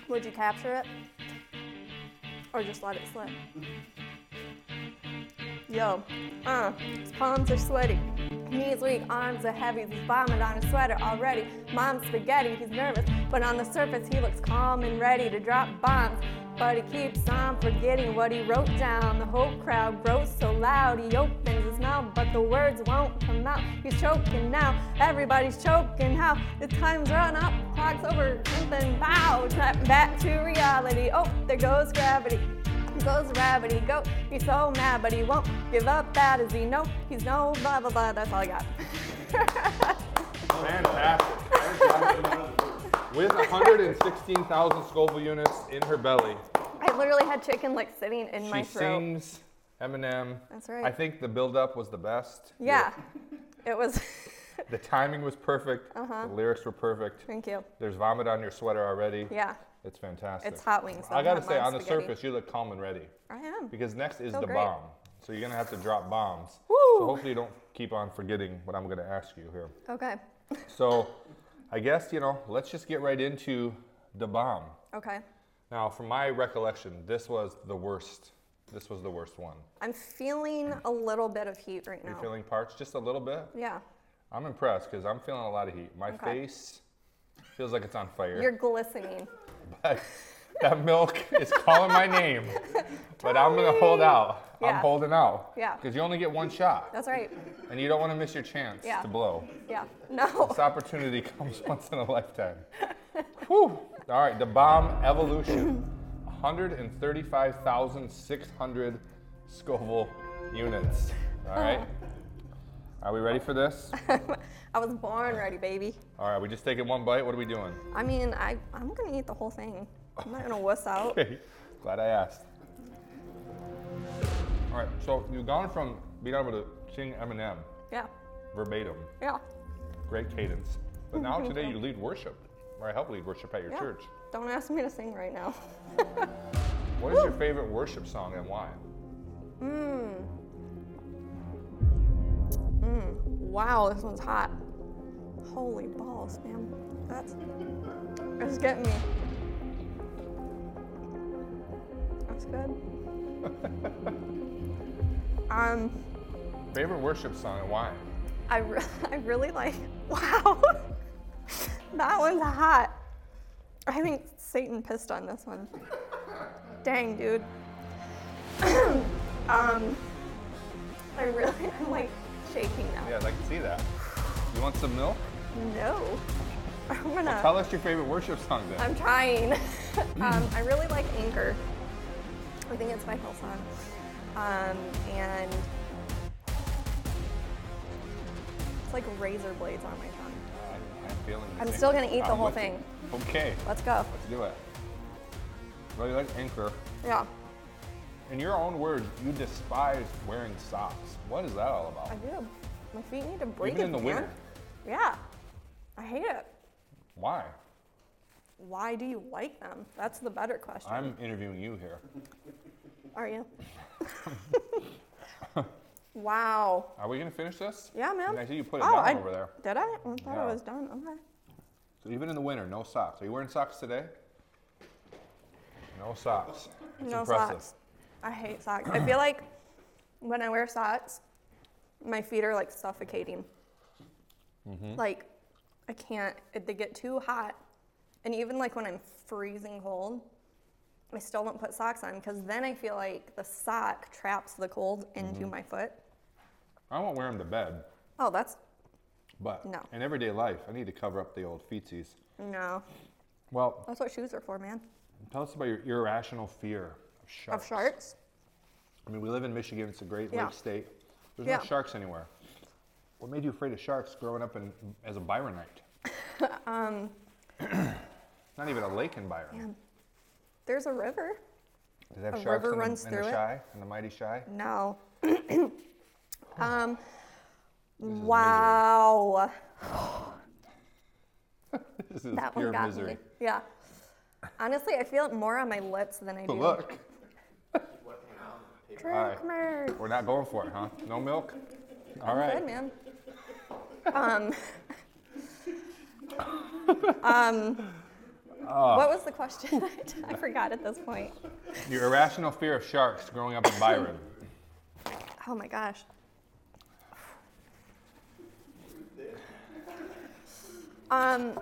Speaker 2: would you capture it? Or just let it slip? Yo, uh, his palms are sweaty. Knees weak, arms are heavy, he's vomit on his sweater already. Mom's spaghetti, he's nervous, but on the surface he looks calm and ready to drop bombs. But he keeps on forgetting what he wrote down. The whole crowd grows so loud, he opens his mouth, but the words won't come out. He's choking now, everybody's choking how the time's run up, clock's over, something bow. Snap back to reality. Oh, there goes gravity goes rabbity go. He's so mad, but he won't give up. That is he no, he's no blah blah blah. That's all I got.
Speaker 1: Fantastic. With 116,000 Scoville units in her belly,
Speaker 2: I literally had chicken like sitting in my
Speaker 1: she
Speaker 2: throat.
Speaker 1: sings Eminem.
Speaker 2: That's right.
Speaker 1: I think the build-up was the best.
Speaker 2: Yeah, it was.
Speaker 1: The timing was perfect.
Speaker 2: Uh-huh.
Speaker 1: The lyrics were perfect.
Speaker 2: Thank you.
Speaker 1: There's vomit on your sweater already.
Speaker 2: Yeah,
Speaker 1: It's fantastic.
Speaker 2: It's hot wings, so
Speaker 1: I
Speaker 2: I'm
Speaker 1: gotta
Speaker 2: not
Speaker 1: say,
Speaker 2: buying
Speaker 1: on the
Speaker 2: spaghetti.
Speaker 1: surface, you look calm and ready.
Speaker 2: I am.
Speaker 1: Because next is
Speaker 2: So
Speaker 1: the
Speaker 2: great.
Speaker 1: bomb. So you're gonna have to drop bombs. So
Speaker 2: Woo.
Speaker 1: hopefully you don't keep on forgetting what I'm gonna ask you here.
Speaker 2: Okay.
Speaker 1: So I guess, you know, let's just get right into the bomb.
Speaker 2: Okay.
Speaker 1: Now, from my recollection, this was the worst. This was the worst one.
Speaker 2: I'm feeling a little bit of heat right
Speaker 1: You're
Speaker 2: now.
Speaker 1: feeling parched just a little bit?
Speaker 2: yeah.
Speaker 1: I'm impressed because I'm feeling a lot of heat. My
Speaker 2: Okay.
Speaker 1: face feels like it's on fire.
Speaker 2: You're glistening.
Speaker 1: that milk is calling my name. but I'm gonna hold out. I'm
Speaker 2: Yeah.
Speaker 1: holding out.
Speaker 2: Yeah.
Speaker 1: Because you only get one shot,
Speaker 2: That's right.
Speaker 1: and you don't want to miss your chance
Speaker 2: Yeah.
Speaker 1: to blow.
Speaker 2: Yeah. No.
Speaker 1: This opportunity comes once in a lifetime. Whew. All right, the bomb evolution. 135,600 Scoville units. All right. Are we ready for this?
Speaker 2: I was born ready, baby.
Speaker 1: All right, we just taking one bite. What are we doing?
Speaker 2: I mean, I I'm gonna eat the whole thing. I'm not gonna wuss out.
Speaker 1: Okay, glad I asked. All right, so you've gone from being able to sing Eminem
Speaker 2: Yeah.
Speaker 1: verbatim,
Speaker 2: Yeah.
Speaker 1: great cadence, but now today you lead worship, or I help lead worship at your
Speaker 2: Yeah.
Speaker 1: church.
Speaker 2: Don't ask me to sing right now.
Speaker 1: What is your favorite worship song and why?
Speaker 2: Mm. Wow, this one's hot. Holy balls, man. That's it's getting me. That's good. um,
Speaker 1: Favorite worship song and why?
Speaker 2: I, re- I really like. Wow, that one's hot. I think Satan pissed on this one. Dang, dude. um, I really I'm like shaking now.
Speaker 1: Yeah, I'd like to see that. You want some milk?
Speaker 2: No. I'm gonna.
Speaker 1: Tell us your favorite worship song then.
Speaker 2: I'm trying. um, I really like Anchor. I think it's my hill song. Um, and it's like razor blades on my tongue.
Speaker 1: I'm, I'm feeling the
Speaker 2: I'm
Speaker 1: same.
Speaker 2: still gonna eat the
Speaker 1: I'm
Speaker 2: whole
Speaker 1: with
Speaker 2: thing.
Speaker 1: you. Okay, let's
Speaker 2: Let's go.
Speaker 1: do it. Well, you like Anchor.
Speaker 2: Yeah,
Speaker 1: In your own words, you despise wearing socks. What is that all about?
Speaker 2: I do. My feet need a break.
Speaker 1: Even in the
Speaker 2: man.
Speaker 1: winter.
Speaker 2: Yeah. I hate it.
Speaker 1: Why?
Speaker 2: Why do you like them? That's the better question.
Speaker 1: I'm interviewing you here.
Speaker 2: Are you? wow.
Speaker 1: Are we gonna finish this?
Speaker 2: Yeah, man.
Speaker 1: I see you put it
Speaker 2: Oh,
Speaker 1: down
Speaker 2: I-
Speaker 1: over there.
Speaker 2: Did I? Oh, I thought
Speaker 1: Yeah.
Speaker 2: I was done. Okay.
Speaker 1: So even in the winter, no socks. Are you wearing socks today? No socks. It's
Speaker 2: no
Speaker 1: impressive.
Speaker 2: socks. I hate socks. I feel like when I wear socks, my feet are like suffocating.
Speaker 1: Mm-hmm.
Speaker 2: Like, I can't, it- they get too hot. And even like when I'm freezing cold, I still don't put socks on because then I feel like the sock traps the cold
Speaker 1: Mm-hmm.
Speaker 2: into my foot.
Speaker 1: I won't wear them to bed,
Speaker 2: Oh, that's
Speaker 1: but
Speaker 2: No.
Speaker 1: in everyday life, I need to cover up the old feetsies.
Speaker 2: no.
Speaker 1: Well,
Speaker 2: That's what shoes are for, man.
Speaker 1: tell us about your irrational fear of sharks.
Speaker 2: Of sharks.
Speaker 1: I mean, we live in Michigan. It's a great
Speaker 2: Yeah.
Speaker 1: lake state. There's
Speaker 2: Yeah.
Speaker 1: no sharks anywhere. What made you afraid of sharks growing up in, as a Byronite? um. Not even a lake in Byron.
Speaker 2: There's a river.
Speaker 1: Does it have
Speaker 2: a
Speaker 1: sharks
Speaker 2: river
Speaker 1: in the,
Speaker 2: runs
Speaker 1: in
Speaker 2: through
Speaker 1: the
Speaker 2: it.
Speaker 1: shy, in the mighty shy?
Speaker 2: No. um, wow.
Speaker 1: This is
Speaker 2: That
Speaker 1: pure
Speaker 2: one got
Speaker 1: misery.
Speaker 2: me. Yeah. Honestly, I feel it more on my lips than I do.
Speaker 1: Look,
Speaker 2: Drink
Speaker 1: right.
Speaker 2: merch.
Speaker 1: we're not going for it, huh? No milk?
Speaker 2: Oh,
Speaker 1: All right.
Speaker 2: Good man. Um.
Speaker 1: Ah.
Speaker 2: um. What was the question? I forgot at this point.
Speaker 1: Your irrational fear of sharks growing up in Byron.
Speaker 2: Oh my gosh. Um,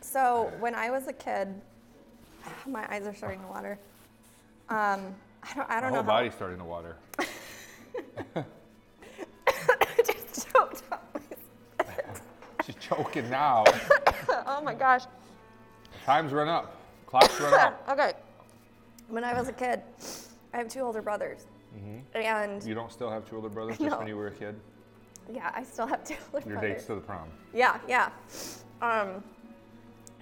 Speaker 2: so when I was a kid, my eyes are starting to water. Um, I don't, I
Speaker 1: My
Speaker 2: don't
Speaker 1: whole
Speaker 2: know how.
Speaker 1: body's starting to water.
Speaker 2: I just choked on myself.
Speaker 1: She's choking now.
Speaker 2: oh my gosh.
Speaker 1: Time's run up. Clock's run up.
Speaker 2: okay. When I was a kid, I have two older brothers. And
Speaker 1: Mm-hmm. You don't still have two older brothers
Speaker 2: No.
Speaker 1: just when you were a kid?
Speaker 2: yeah, I still have two older
Speaker 1: Your
Speaker 2: brothers.
Speaker 1: dates to the prom.
Speaker 2: Yeah, yeah. Um,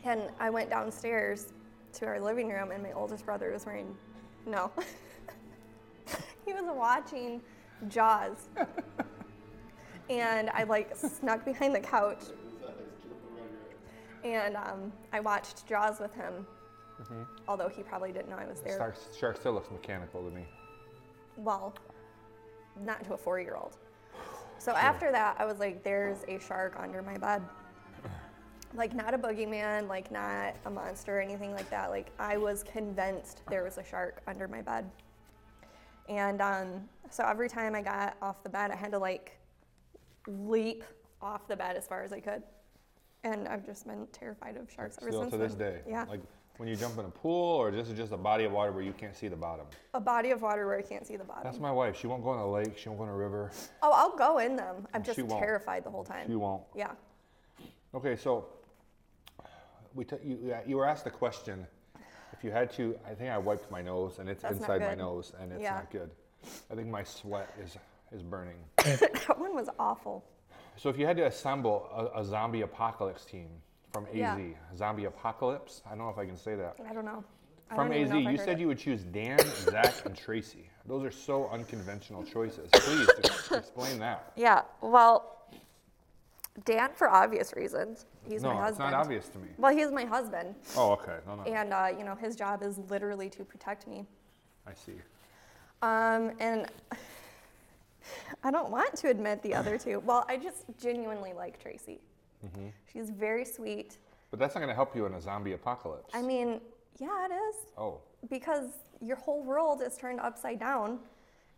Speaker 2: and I went downstairs to our living room, and my oldest brother was wearing no. he was watching Jaws. and I like snuck behind the couch. And um, I watched Jaws with him,
Speaker 1: Mm-hmm.
Speaker 2: although he probably didn't know I was there.
Speaker 1: Shark, shark still looks mechanical to me.
Speaker 2: Well, not to a four year old. So after that, I was like, there's a shark under my bed. Like, not a boogeyman, like, not a monster or anything like that. Like, I was convinced there was a shark under my bed. And um, so every time I got off the bed, I had to like leap off the bed as far as I could. And I've just been terrified of sharks ever
Speaker 1: Still
Speaker 2: since
Speaker 1: to this
Speaker 2: then.
Speaker 1: day.
Speaker 2: Yeah.
Speaker 1: Like when you jump in a pool or this is just a body of water where you can't see the bottom.
Speaker 2: a body of water where I can't see the bottom.
Speaker 1: That's my wife. She won't go in a lake. She won't go in a river.
Speaker 2: Oh, I'll go in them. I'm just
Speaker 1: She won't.
Speaker 2: terrified the whole time.
Speaker 1: She won't.
Speaker 2: Yeah.
Speaker 1: Okay, so we t- you, yeah, you were asked a question. If you had to, I think I wiped my nose, and it's
Speaker 2: That's not
Speaker 1: inside my
Speaker 2: good.
Speaker 1: nose, and it's
Speaker 2: Yeah.
Speaker 1: not good. I think my sweat is is burning.
Speaker 2: That one was awful.
Speaker 1: so if you had to assemble a, a zombie apocalypse team from AZ,
Speaker 2: Yeah.
Speaker 1: zombie apocalypse, I don't know if I can say that.
Speaker 2: I don't know. I
Speaker 1: From
Speaker 2: don't even
Speaker 1: AZ,
Speaker 2: know if I
Speaker 1: you
Speaker 2: heard
Speaker 1: said
Speaker 2: it.
Speaker 1: you would choose Dan, Zach, and Tracy. Those are so unconventional choices. Please ex- explain that.
Speaker 2: Yeah. Well, Dan, for obvious reasons, he's
Speaker 1: no,
Speaker 2: my
Speaker 1: it's
Speaker 2: husband.
Speaker 1: not obvious to me.
Speaker 2: Well, he's my husband,
Speaker 1: Oh, okay. No, no.
Speaker 2: and uh, you know his job is literally to protect me.
Speaker 1: I see.
Speaker 2: Um, and I don't want to admit the other two. Well, I just genuinely like Tracy.
Speaker 1: Mm-hmm.
Speaker 2: She's very sweet.
Speaker 1: But that's not going to help you in a zombie apocalypse.
Speaker 2: I mean, yeah, it is
Speaker 1: oh,
Speaker 2: because your whole world is turned upside down,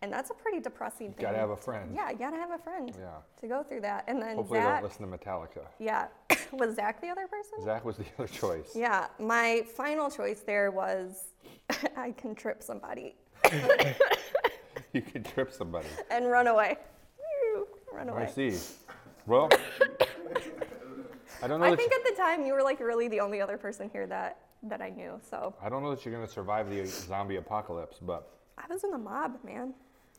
Speaker 2: and that's a pretty depressing thing.
Speaker 1: gotta have a friend.
Speaker 2: Yeah, you gotta have a friend.
Speaker 1: Yeah.
Speaker 2: To go through that, and then
Speaker 1: Hopefully, they
Speaker 2: Zach.
Speaker 1: don't listen to Metallica.
Speaker 2: Yeah. was Zach the other person?
Speaker 1: Zach was the other choice.
Speaker 2: Yeah. My final choice there was I can trip somebody
Speaker 1: You could trip somebody.
Speaker 2: and run away. Woo, Run away.
Speaker 1: I see. Well, I don't know.
Speaker 2: I
Speaker 1: that
Speaker 2: think
Speaker 1: you-
Speaker 2: at the time you were like really the only other person here that that I knew. So
Speaker 1: I don't know that you're gonna survive the zombie apocalypse, but
Speaker 2: I was in the mob, man.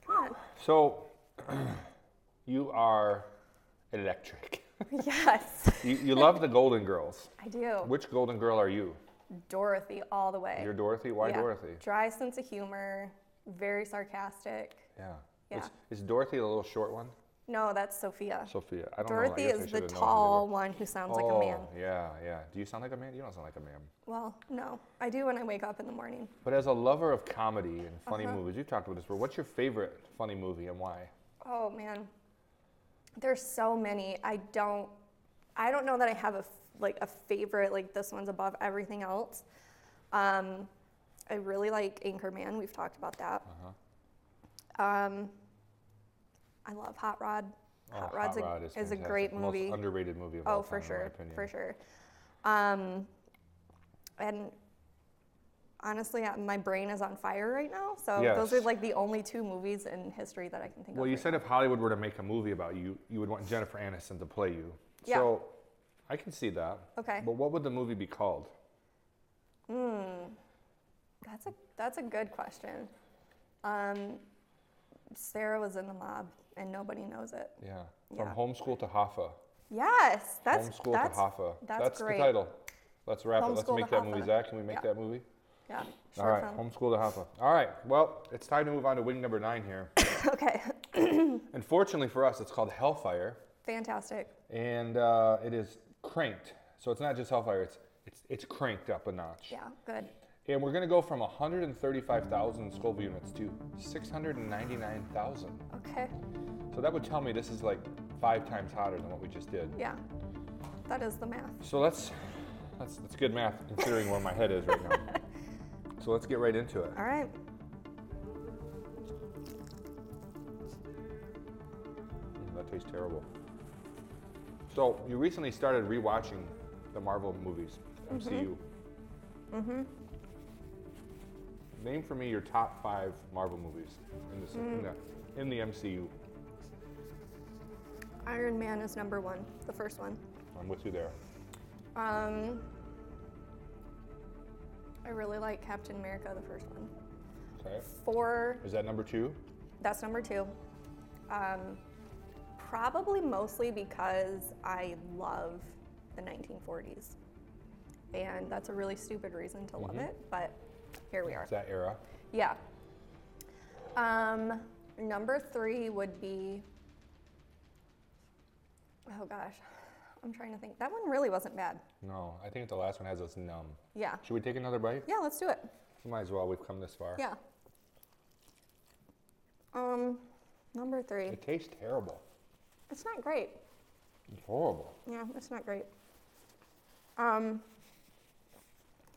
Speaker 2: Come on.
Speaker 1: so you are electric.
Speaker 2: Yes.
Speaker 1: You, you love the Golden Girls.
Speaker 2: I do.
Speaker 1: Which Golden Girl are you?
Speaker 2: Dorothy all the way.
Speaker 1: You're Dorothy. Why
Speaker 2: Yeah.
Speaker 1: Dorothy?
Speaker 2: Dry sense of humor, very sarcastic.
Speaker 1: Yeah.
Speaker 2: Yeah.
Speaker 1: Is, is Dorothy the little short one?
Speaker 2: No, that's Sophia.
Speaker 1: Sophia. I don't know. I
Speaker 2: Dorothy
Speaker 1: guess I
Speaker 2: is
Speaker 1: should've
Speaker 2: the
Speaker 1: known who they were.
Speaker 2: tall one who sounds
Speaker 1: oh,
Speaker 2: like a man.
Speaker 1: Yeah, yeah. Do you sound like a man? You don't sound like a man.
Speaker 2: Well, no, I do when I wake up in the morning.
Speaker 1: But as a lover of comedy and funny
Speaker 2: Uh-huh.
Speaker 1: movies, you've talked about this before. What's your favorite funny movie and why?
Speaker 2: Oh man, there's so many. I don't, I don't know that I have a f- like a favorite. Like this one's above everything else. Um, I really like Anchorman. We've talked about that.
Speaker 1: Uh-huh.
Speaker 2: Um, I love Hot Rod. Hot
Speaker 1: Oh,
Speaker 2: Rod's a,
Speaker 1: Rod
Speaker 2: is, a
Speaker 1: fantastic.
Speaker 2: great
Speaker 1: Most
Speaker 2: movie.
Speaker 1: underrated movie of all
Speaker 2: Oh,
Speaker 1: time,
Speaker 2: for
Speaker 1: in my
Speaker 2: sure,
Speaker 1: opinion.
Speaker 2: for sure. Um, and honestly, I- my brain is on fire right now. So those are
Speaker 1: Yes.
Speaker 2: like the only two movies in history that I can think of.
Speaker 1: Well, you
Speaker 2: right
Speaker 1: said if Hollywood were to make a movie about you, you would want Jennifer Aniston to play you.
Speaker 2: Yeah.
Speaker 1: So I can see that.
Speaker 2: Okay.
Speaker 1: But what would the movie be called?
Speaker 2: now. that's a that's a good question. Um, Sarah was in the mob, and nobody knows it.
Speaker 1: Yeah. From
Speaker 2: Yeah.
Speaker 1: homeschool to Hoffa.
Speaker 2: Yes, that's
Speaker 1: homeschool
Speaker 2: that's,
Speaker 1: to Hoffa.
Speaker 2: That's, great.
Speaker 1: the title. Let's wrap it. Let's
Speaker 2: Homeschool to
Speaker 1: make that
Speaker 2: Hoffa.
Speaker 1: movie. Zach, can we make
Speaker 2: Yeah.
Speaker 1: that movie?
Speaker 2: Yeah.
Speaker 1: All
Speaker 2: short
Speaker 1: right,
Speaker 2: film.
Speaker 1: homeschool to Hoffa. All right, well, it's time to move on to wing number nine here.
Speaker 2: Okay.
Speaker 1: and fortunately for us, it's called Hellfire,
Speaker 2: Fantastic.
Speaker 1: and uh, it is cranked. So it's not just Hellfire; it's it's it's cranked up a notch.
Speaker 2: Yeah. Good.
Speaker 1: And we're gonna go from 135,000 Scoville units to 699,000.
Speaker 2: Okay.
Speaker 1: So that would tell me this is like five times hotter than what we just did.
Speaker 2: Yeah. That is the math.
Speaker 1: So let's that's that's good math considering where my head is right now. So let's get right into it.
Speaker 2: All right.
Speaker 1: Mm, That tastes terrible. So you recently started rewatching the Marvel movies, MCU. Mm-hmm. Name for me your top five Marvel movies in, this, in, the, in the MCU.
Speaker 2: Iron Man is number one, the first one.
Speaker 1: I'm with you there.
Speaker 2: Um, I really like Captain America, the first one.
Speaker 1: Okay.
Speaker 2: Four,
Speaker 1: Is that number two?
Speaker 2: that's number two. Um, probably mostly because I love the 1940s. And that's a really stupid reason to love it, but here we are.
Speaker 1: Is that era?
Speaker 2: Yeah. Um, number three would be. Oh gosh, I'm trying to think. That one really wasn't bad.
Speaker 1: No, I think the last one has us numb.
Speaker 2: Yeah.
Speaker 1: Should we take another bite?
Speaker 2: Yeah, let's do it.
Speaker 1: We might as well. We've come this far.
Speaker 2: Yeah. Um, number three.
Speaker 1: It tastes terrible.
Speaker 2: It's not great.
Speaker 1: It's horrible.
Speaker 2: Yeah, it's not great. Um,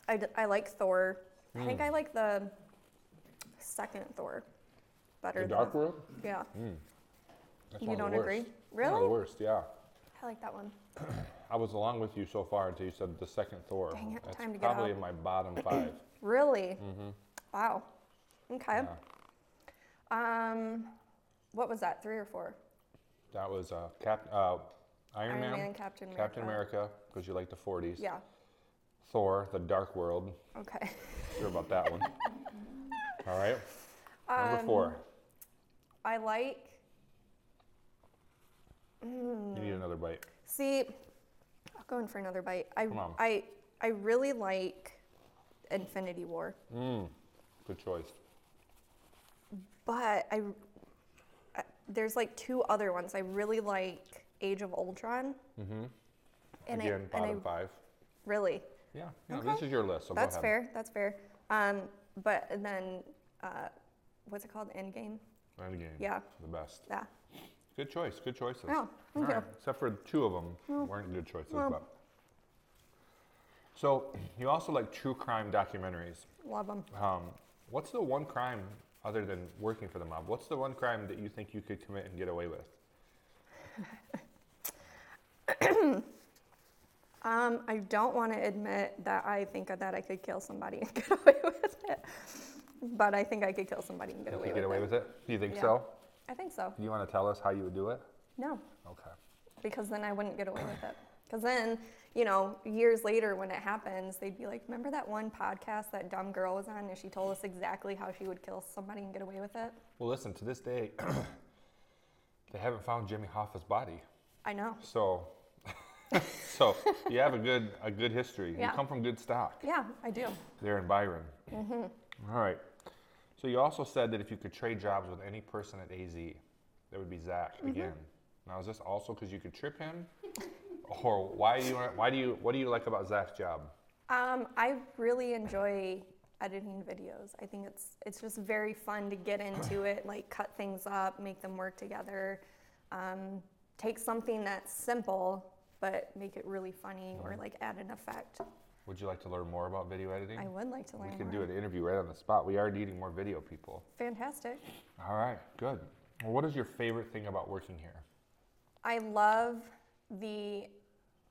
Speaker 2: I, d- I like Thor. I
Speaker 1: Hmm.
Speaker 2: think I like the second Thor better.
Speaker 1: The
Speaker 2: than-
Speaker 1: dark Hmm. world?
Speaker 2: Yeah.
Speaker 1: That's
Speaker 2: You
Speaker 1: one of the
Speaker 2: don't agree?
Speaker 1: worst. One of
Speaker 2: Really?
Speaker 1: the worst, yeah.
Speaker 2: I like that one.
Speaker 1: I was along with you so far until you said the second Thor.
Speaker 2: Dang it,
Speaker 1: That's
Speaker 2: time to get
Speaker 1: probably
Speaker 2: out.
Speaker 1: in my bottom five.
Speaker 2: Really? Wow. Okay.
Speaker 1: Mm-hmm. Yeah.
Speaker 2: Um, what was that? Three or four?
Speaker 1: That was uh, Cap, uh, Iron,
Speaker 2: Iron
Speaker 1: Man,
Speaker 2: Man, Captain
Speaker 1: Captain
Speaker 2: America.
Speaker 1: America, because you like the 40s.
Speaker 2: Yeah.
Speaker 1: Thor, The Dark World.
Speaker 2: Okay.
Speaker 1: Sure about that one. All right. Number
Speaker 2: Um,
Speaker 1: four.
Speaker 2: I like.
Speaker 1: You need another bite.
Speaker 2: See, I'll go in for another bite. I
Speaker 1: on.
Speaker 2: I I really like Infinity War,
Speaker 1: Good choice.
Speaker 2: but I, I- there's like two other ones I really like: Age of Ultron. Mm-hmm. And
Speaker 1: Again,
Speaker 2: I,
Speaker 1: bottom
Speaker 2: and I
Speaker 1: five.
Speaker 2: really
Speaker 1: Yeah. No, This
Speaker 2: Okay.
Speaker 1: is your list, so
Speaker 2: That's
Speaker 1: go ahead.
Speaker 2: fair. That's fair. Um, but and then, uh, what's it called? Endgame.
Speaker 1: End game.
Speaker 2: Yeah.
Speaker 1: The best.
Speaker 2: Yeah.
Speaker 1: Good choice. Good choices.
Speaker 2: Yeah, thank
Speaker 1: All
Speaker 2: you.
Speaker 1: Except for two of them weren't good choices. But. So you also like true crime documentaries.
Speaker 2: Love them.
Speaker 1: Um, what's the one crime other than working for the mob? What's the one crime that you think you could commit and get away with?
Speaker 2: Um, I don't want to admit that I think that I could kill somebody and get away with it, but I think I could kill somebody and get
Speaker 1: You
Speaker 2: away
Speaker 1: could
Speaker 2: with
Speaker 1: get away
Speaker 2: it.
Speaker 1: with it? Do you think
Speaker 2: Yeah.
Speaker 1: so?
Speaker 2: I think so.
Speaker 1: Do you want to tell us how you would do it?
Speaker 2: No,
Speaker 1: Okay.
Speaker 2: because then I wouldn't get away with it. Because then, you know, years later when it happens, they'd be like, "Remember that one podcast that dumb girl was on, and she told us exactly how she would kill somebody and get away with it."
Speaker 1: Well, listen, to this day, they haven't found Jimmy Hoffa's body.
Speaker 2: I know.
Speaker 1: So, so you have a good a good history.
Speaker 2: Yeah.
Speaker 1: You come from good stock
Speaker 2: Yeah, I do.
Speaker 1: there in Byron.
Speaker 2: Mm-hmm.
Speaker 1: All right. So you also said that if you could trade jobs with any person at AZ, that would be Zach
Speaker 2: Mm-hmm.
Speaker 1: again. Now is this also because you could trip him, or why do you why do you what do you like about Zach's job?
Speaker 2: Um, I really enjoy editing videos. I think it's it's just very fun to get into it, like cut things up, make them work together. Um, take something that's simple but make it really funny or
Speaker 1: Mm-hmm.
Speaker 2: like add an effect.
Speaker 1: Would you like to learn more about video editing?
Speaker 2: I would like to learn
Speaker 1: we can
Speaker 2: more.
Speaker 1: do an interview right on the spot. We are needing more video people.
Speaker 2: Fantastic.
Speaker 1: All right, good. Well, what is your favorite thing about working here?
Speaker 2: I love the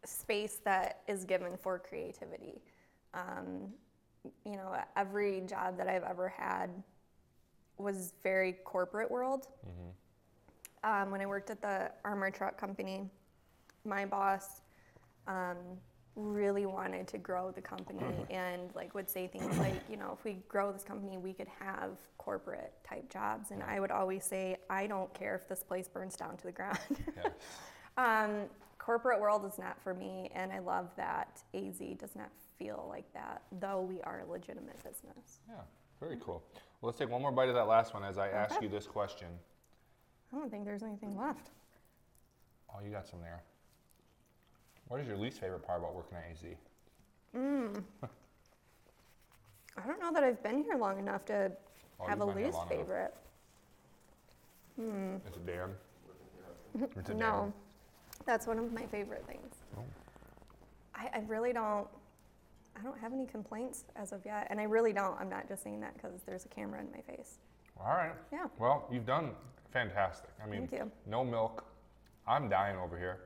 Speaker 2: space that is given for creativity. Um, you know, every job that I've ever had was very corporate world. Um, when I worked at the armor truck company, my boss um, really wanted to grow the company and like would say things like, you know, if we grow this company, we could have corporate type jobs. And I would always say, I don't care if this place burns down to the ground.
Speaker 1: Yes.
Speaker 2: Um, corporate world is not for me, and I love that AZ does not feel like that, though we are a legitimate business.
Speaker 1: Yeah, very cool. Well, let's take one more bite of that last one as I ask you this question.
Speaker 2: I don't think there's anything left.
Speaker 1: Oh, you got some there. What is your least favorite part about working at AZ?
Speaker 2: I don't know that I've been here long enough to
Speaker 1: Oh,
Speaker 2: have a
Speaker 1: you've been here
Speaker 2: least
Speaker 1: long enough.
Speaker 2: favorite.
Speaker 1: Is it Dan? It's a
Speaker 2: No, that's one of my favorite things.
Speaker 1: Oh.
Speaker 2: I, I really don't. I don't have any complaints as of yet, and I really don't. I'm not just saying that because there's a camera in my face.
Speaker 1: All right.
Speaker 2: Yeah.
Speaker 1: Well, you've done fantastic. I mean,
Speaker 2: Thank you.
Speaker 1: no milk. I'm dying over here.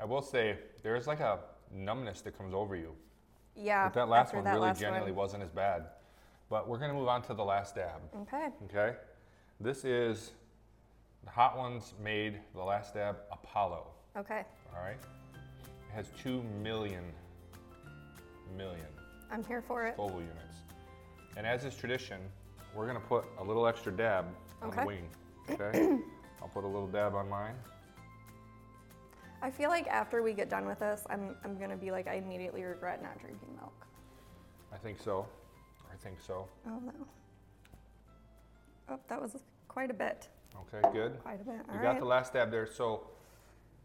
Speaker 1: I will say there's like a numbness that comes over you.
Speaker 2: Yeah.
Speaker 1: But that last
Speaker 2: after
Speaker 1: one
Speaker 2: that
Speaker 1: really
Speaker 2: last
Speaker 1: genuinely wasn't as bad. But we're gonna move on to the last dab.
Speaker 2: Okay.
Speaker 1: Okay? This is the Hot Ones made the last dab Apollo.
Speaker 2: Okay.
Speaker 1: All right? It has two million, million
Speaker 2: I'm here for it.
Speaker 1: oval units. And as is tradition, we're gonna put a little extra dab on
Speaker 2: Okay.
Speaker 1: the wing. Okay? I'll put a little dab on mine.
Speaker 2: I feel like after we get done with this, I'm, I'm gonna be like, I immediately regret not drinking milk.
Speaker 1: I think so. I think so.
Speaker 2: Oh no. Oh, that was quite a bit.
Speaker 1: Okay, good.
Speaker 2: Quite a bit.
Speaker 1: We
Speaker 2: All
Speaker 1: got
Speaker 2: right.
Speaker 1: the last dab there. So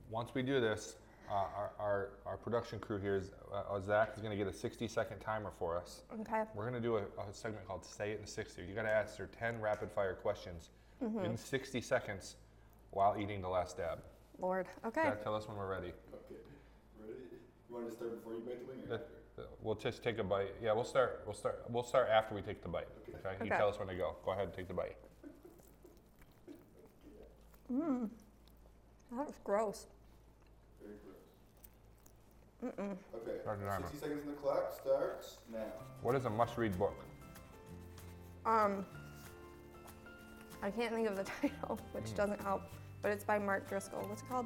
Speaker 1: once we do this, uh, our, our, our production crew here is uh, uh, Zach is going to get a 60 second timer for us.
Speaker 2: Okay.
Speaker 1: We're going to do a, a segment called Say It in 60. You got to answer 10 rapid fire questions
Speaker 2: Mm-hmm.
Speaker 1: in 60 seconds while eating the last dab.
Speaker 2: Lord. Okay.
Speaker 1: Zach, tell us when we're ready.
Speaker 4: You want to start before you bite the wing?
Speaker 1: Uh, We'll just take a bite. Yeah, we'll start. We'll start. We'll start after we take the bite. Okay. You
Speaker 2: Okay.
Speaker 1: tell us when to go. Go ahead and take the bite.
Speaker 2: That was gross.
Speaker 4: Okay.
Speaker 1: Start the timer.
Speaker 4: 60 seconds on the clock starts now.
Speaker 1: What is a must-read book?
Speaker 2: Um, I can't think of the title, which
Speaker 1: Hmm.
Speaker 2: doesn't help, but it's by Mark Driscoll. What's it called?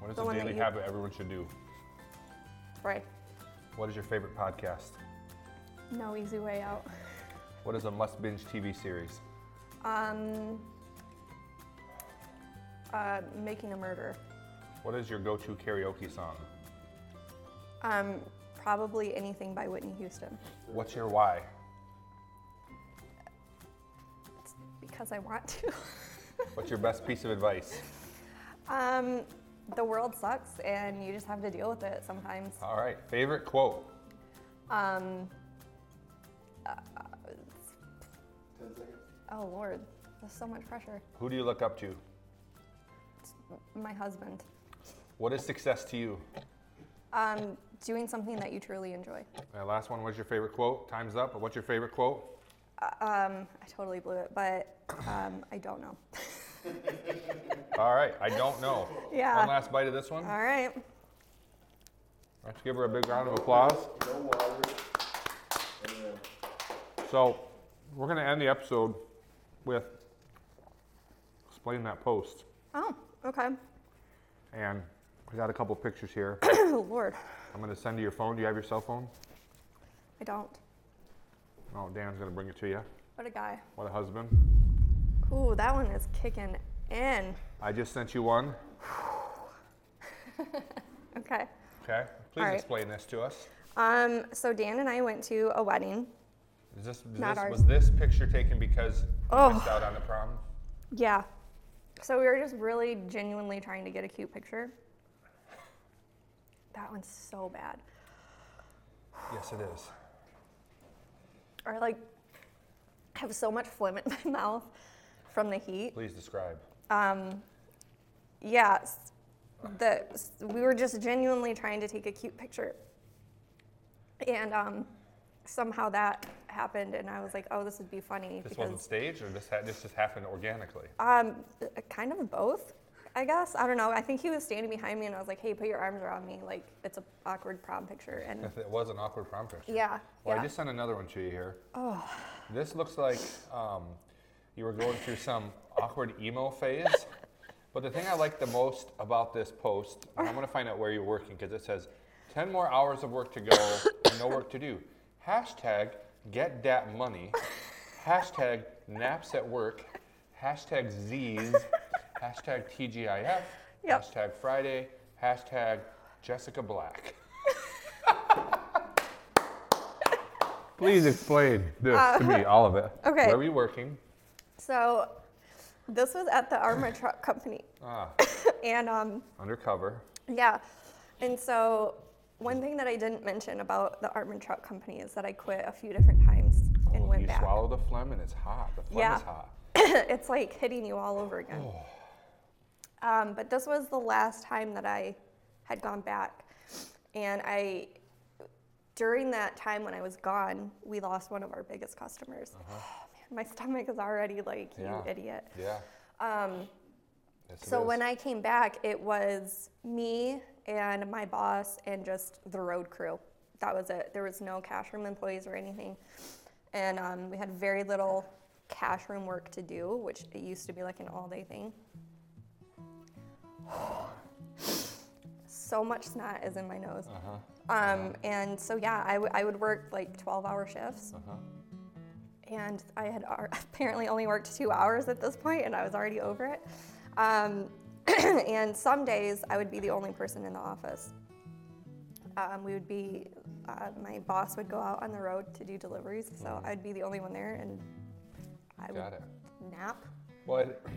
Speaker 1: What is
Speaker 2: The
Speaker 1: a
Speaker 2: one that
Speaker 1: daily
Speaker 2: you-
Speaker 1: habit everyone should do?
Speaker 2: Right.
Speaker 1: What is your favorite podcast?
Speaker 2: No easy way out.
Speaker 1: What is a must binge TV series?
Speaker 2: Um, uh, making a murder.
Speaker 1: What is your go to karaoke song?
Speaker 2: Um, probably anything by Whitney Houston.
Speaker 1: What's your why?
Speaker 2: It's because I want to.
Speaker 1: What's your best piece of advice?
Speaker 2: um, the world sucks, and you just have to deal with it sometimes.
Speaker 1: All right, favorite quote. Uh-huh.
Speaker 2: Um, uh,
Speaker 4: 10 seconds.
Speaker 2: oh Lord, there's so much pressure.
Speaker 1: Who do you look up to?
Speaker 2: My husband.
Speaker 1: What is success to you?
Speaker 2: Um, doing something that you truly enjoy.
Speaker 1: Uh, last one was your favorite quote. Time's up. But what's your favorite quote?
Speaker 2: Um, I totally blew it, but um, I don't know.
Speaker 1: All right, I don't know.
Speaker 2: Yeah.
Speaker 1: One last bite of this one.
Speaker 2: All right.
Speaker 1: Let's give her a big round of applause.
Speaker 4: No water. And then
Speaker 1: So, we're going to end the episode with explain that post.
Speaker 2: Oh, okay.
Speaker 1: And we got a couple pictures here.
Speaker 2: Oh Lord,
Speaker 1: I'm going to send you your phone. Do you have your cell phone?
Speaker 2: I don't.
Speaker 1: Oh, Dan's going to bring it to you.
Speaker 2: What a guy.
Speaker 1: What a husband.
Speaker 2: Ooh, that one is kicking in.
Speaker 1: I just sent you one.
Speaker 2: Okay.
Speaker 1: Okay. Please
Speaker 2: All right.
Speaker 1: explain this to us.
Speaker 2: Um, so Dan and I went to a wedding.
Speaker 1: Is this, is
Speaker 2: Not
Speaker 1: this
Speaker 2: ours.
Speaker 1: was this picture taken because you missed out on the prom?
Speaker 2: Yeah. So we were just really genuinely trying to get a cute picture. That one's so bad.
Speaker 1: Yes, it is.
Speaker 2: Or like, I have so much phlegm in my mouth from the heat.
Speaker 1: Please describe.
Speaker 2: um, yeah, s- the s- we were just genuinely trying to take a cute picture, and um, somehow that happened, and I was like, "Oh, this would be funny."
Speaker 1: This wasn't staged, or this ha- this just happened organically.
Speaker 2: um, uh, kind of both, I guess. I don't know. I think he was standing behind me, and I was like, "Hey, put your arms around me. Like it's a awkward prom picture." And
Speaker 1: it was an awkward prom picture.
Speaker 2: yeah,
Speaker 1: Well,
Speaker 2: yeah.
Speaker 1: I just sent another one to you here. Oh. This looks like um, you were going through some awkward emo phase. But the thing I like the most about this post, and I'm going to find out where you're working because it says 10 more hours of work to go and no work to do. Hashtag get that money. Hashtag naps at work. Hashtag Z's. Hashtag TGIF.
Speaker 2: Yep.
Speaker 1: Hashtag Friday. Hashtag Jessica Black. Please explain this to me, all of it.
Speaker 2: Uh, okay.
Speaker 1: Where were you working?
Speaker 2: so this was at the Armor Truck Company,
Speaker 1: Ah,
Speaker 2: and um,
Speaker 1: undercover.
Speaker 2: Yeah. And so, one thing that I didn't mention about the Arm and Trout company is that I quit a few different times and
Speaker 1: Oh,
Speaker 2: went
Speaker 1: you
Speaker 2: back.
Speaker 1: swallow the phlegm and it's hot. The phlegm
Speaker 2: Yeah.
Speaker 1: is hot.
Speaker 2: it's like hitting you all over again.
Speaker 1: Oh.
Speaker 2: Um, but this was the last time that I had gone back. And I, during that time when I was gone, we lost one of our biggest customers. man, my stomach is already like,
Speaker 1: Uh-huh. Yeah.
Speaker 2: you idiot.
Speaker 1: Yeah. Um,
Speaker 2: So when I came back, it was me, and my boss and just the road crew. That was it. There was no cash room employees or anything. And um, we had very little cash room work to do, which it used to be like an all day thing. so much snot is in my nose. Um, and so, yeah, I, w- I would work like 12 hour shifts. And I had ar- apparently only worked two hours at this point, and I was already over it. Um, and some days I would be the only person in the office. Um, we would be, uh, my boss would go out on the road to do deliveries, so I'd be the only one there, and I would
Speaker 1: Mm. Got it.
Speaker 2: nap.
Speaker 1: Well, I-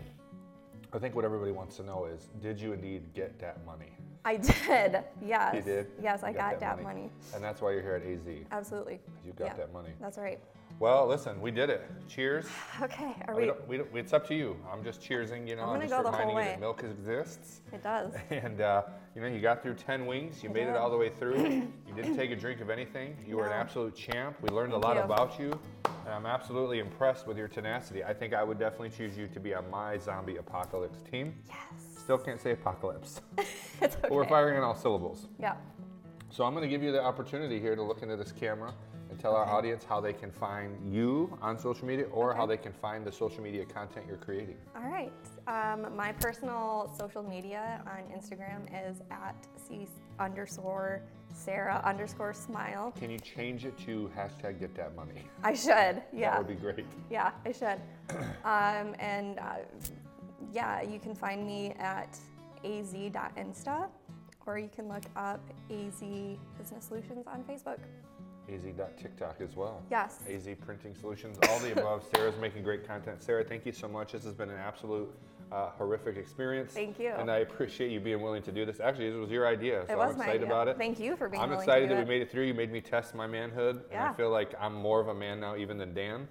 Speaker 1: I think what everybody wants to know is, did you indeed get that money?
Speaker 2: I did, yes.
Speaker 1: You did.
Speaker 2: Yes,
Speaker 1: You
Speaker 2: I got, that money.
Speaker 1: And that's why you're here at AZ.
Speaker 2: Absolutely.
Speaker 1: You got that money.
Speaker 2: That's right.
Speaker 1: Well, listen, we did it. Cheers.
Speaker 2: Okay, are
Speaker 1: We
Speaker 2: we?
Speaker 1: don't, we don't, it's up to you. I'm just cheersing. You know,
Speaker 2: I'm
Speaker 1: I'm,
Speaker 2: gonna
Speaker 1: just
Speaker 2: go the whole
Speaker 1: reminding you that
Speaker 2: way.
Speaker 1: milk exists.
Speaker 2: It does.
Speaker 1: And uh, you know, you got through ten wings. You made it
Speaker 2: did.
Speaker 1: all the way through. You didn't take a drink of anything. You were an
Speaker 2: No.
Speaker 1: absolute champ. We learned a lot
Speaker 2: Thank you.
Speaker 1: about you, and I'm absolutely impressed with your tenacity. I think I would definitely choose you to be on my zombie apocalypse team.
Speaker 2: Yes.
Speaker 1: Still can't say apocalypse.
Speaker 2: It's okay.
Speaker 1: But we're firing on all syllables.
Speaker 2: Yeah.
Speaker 1: So I'm going to give you the opportunity here to look into this camera and tell our audience how they can find you on social media or how they can find the social media content you're creating.
Speaker 2: All right. Um, my personal social media on Instagram is at c underscore Sarah underscore smile.
Speaker 1: Can you change it to hashtag get that money?
Speaker 2: I should. Yeah.
Speaker 1: That would be great.
Speaker 2: Yeah, I should. um, and uh, yeah, you can find me at az.insta or you can look up AZ Business Solutions on Facebook.
Speaker 1: AZ.TikTok as well.
Speaker 2: Yes.
Speaker 1: AZ Printing Solutions, all the above. Sarah's making great content. Sarah, thank you so much. This has been an absolute uh, horrific experience.
Speaker 2: Thank you.
Speaker 1: And I appreciate you being willing to do this. Actually, this was your idea, so
Speaker 2: was
Speaker 1: I'm
Speaker 2: my
Speaker 1: excited
Speaker 2: idea.
Speaker 1: about it.
Speaker 2: Thank you for being
Speaker 1: I'm
Speaker 2: willing to
Speaker 1: excited
Speaker 2: do
Speaker 1: that
Speaker 2: it.
Speaker 1: we made it through. You made me test my manhood, and I
Speaker 2: Yeah.
Speaker 1: feel like I'm more of a man now even than Dan.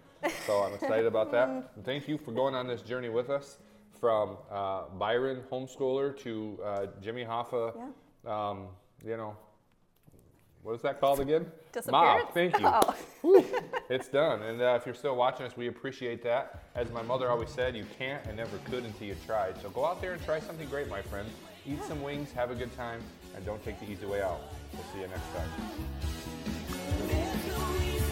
Speaker 1: So I'm excited about that.
Speaker 2: Mm.
Speaker 1: And thank you for going on this journey with us from uh, Byron homeschooler to uh, Jimmy Hoffa.
Speaker 2: Yeah.
Speaker 1: Um, you know, what is that called again?
Speaker 2: Disappearance?
Speaker 1: Mob. Thank you.
Speaker 2: Oh.
Speaker 1: Whew, it's done. And uh, if you're still watching us, we appreciate that. As my mother always said, you can't and never could until you tried. So go out there and try something great, my friend. Eat some wings, have a good time, and don't take the easy way out. We'll see you next time.
Speaker 3: There's no reason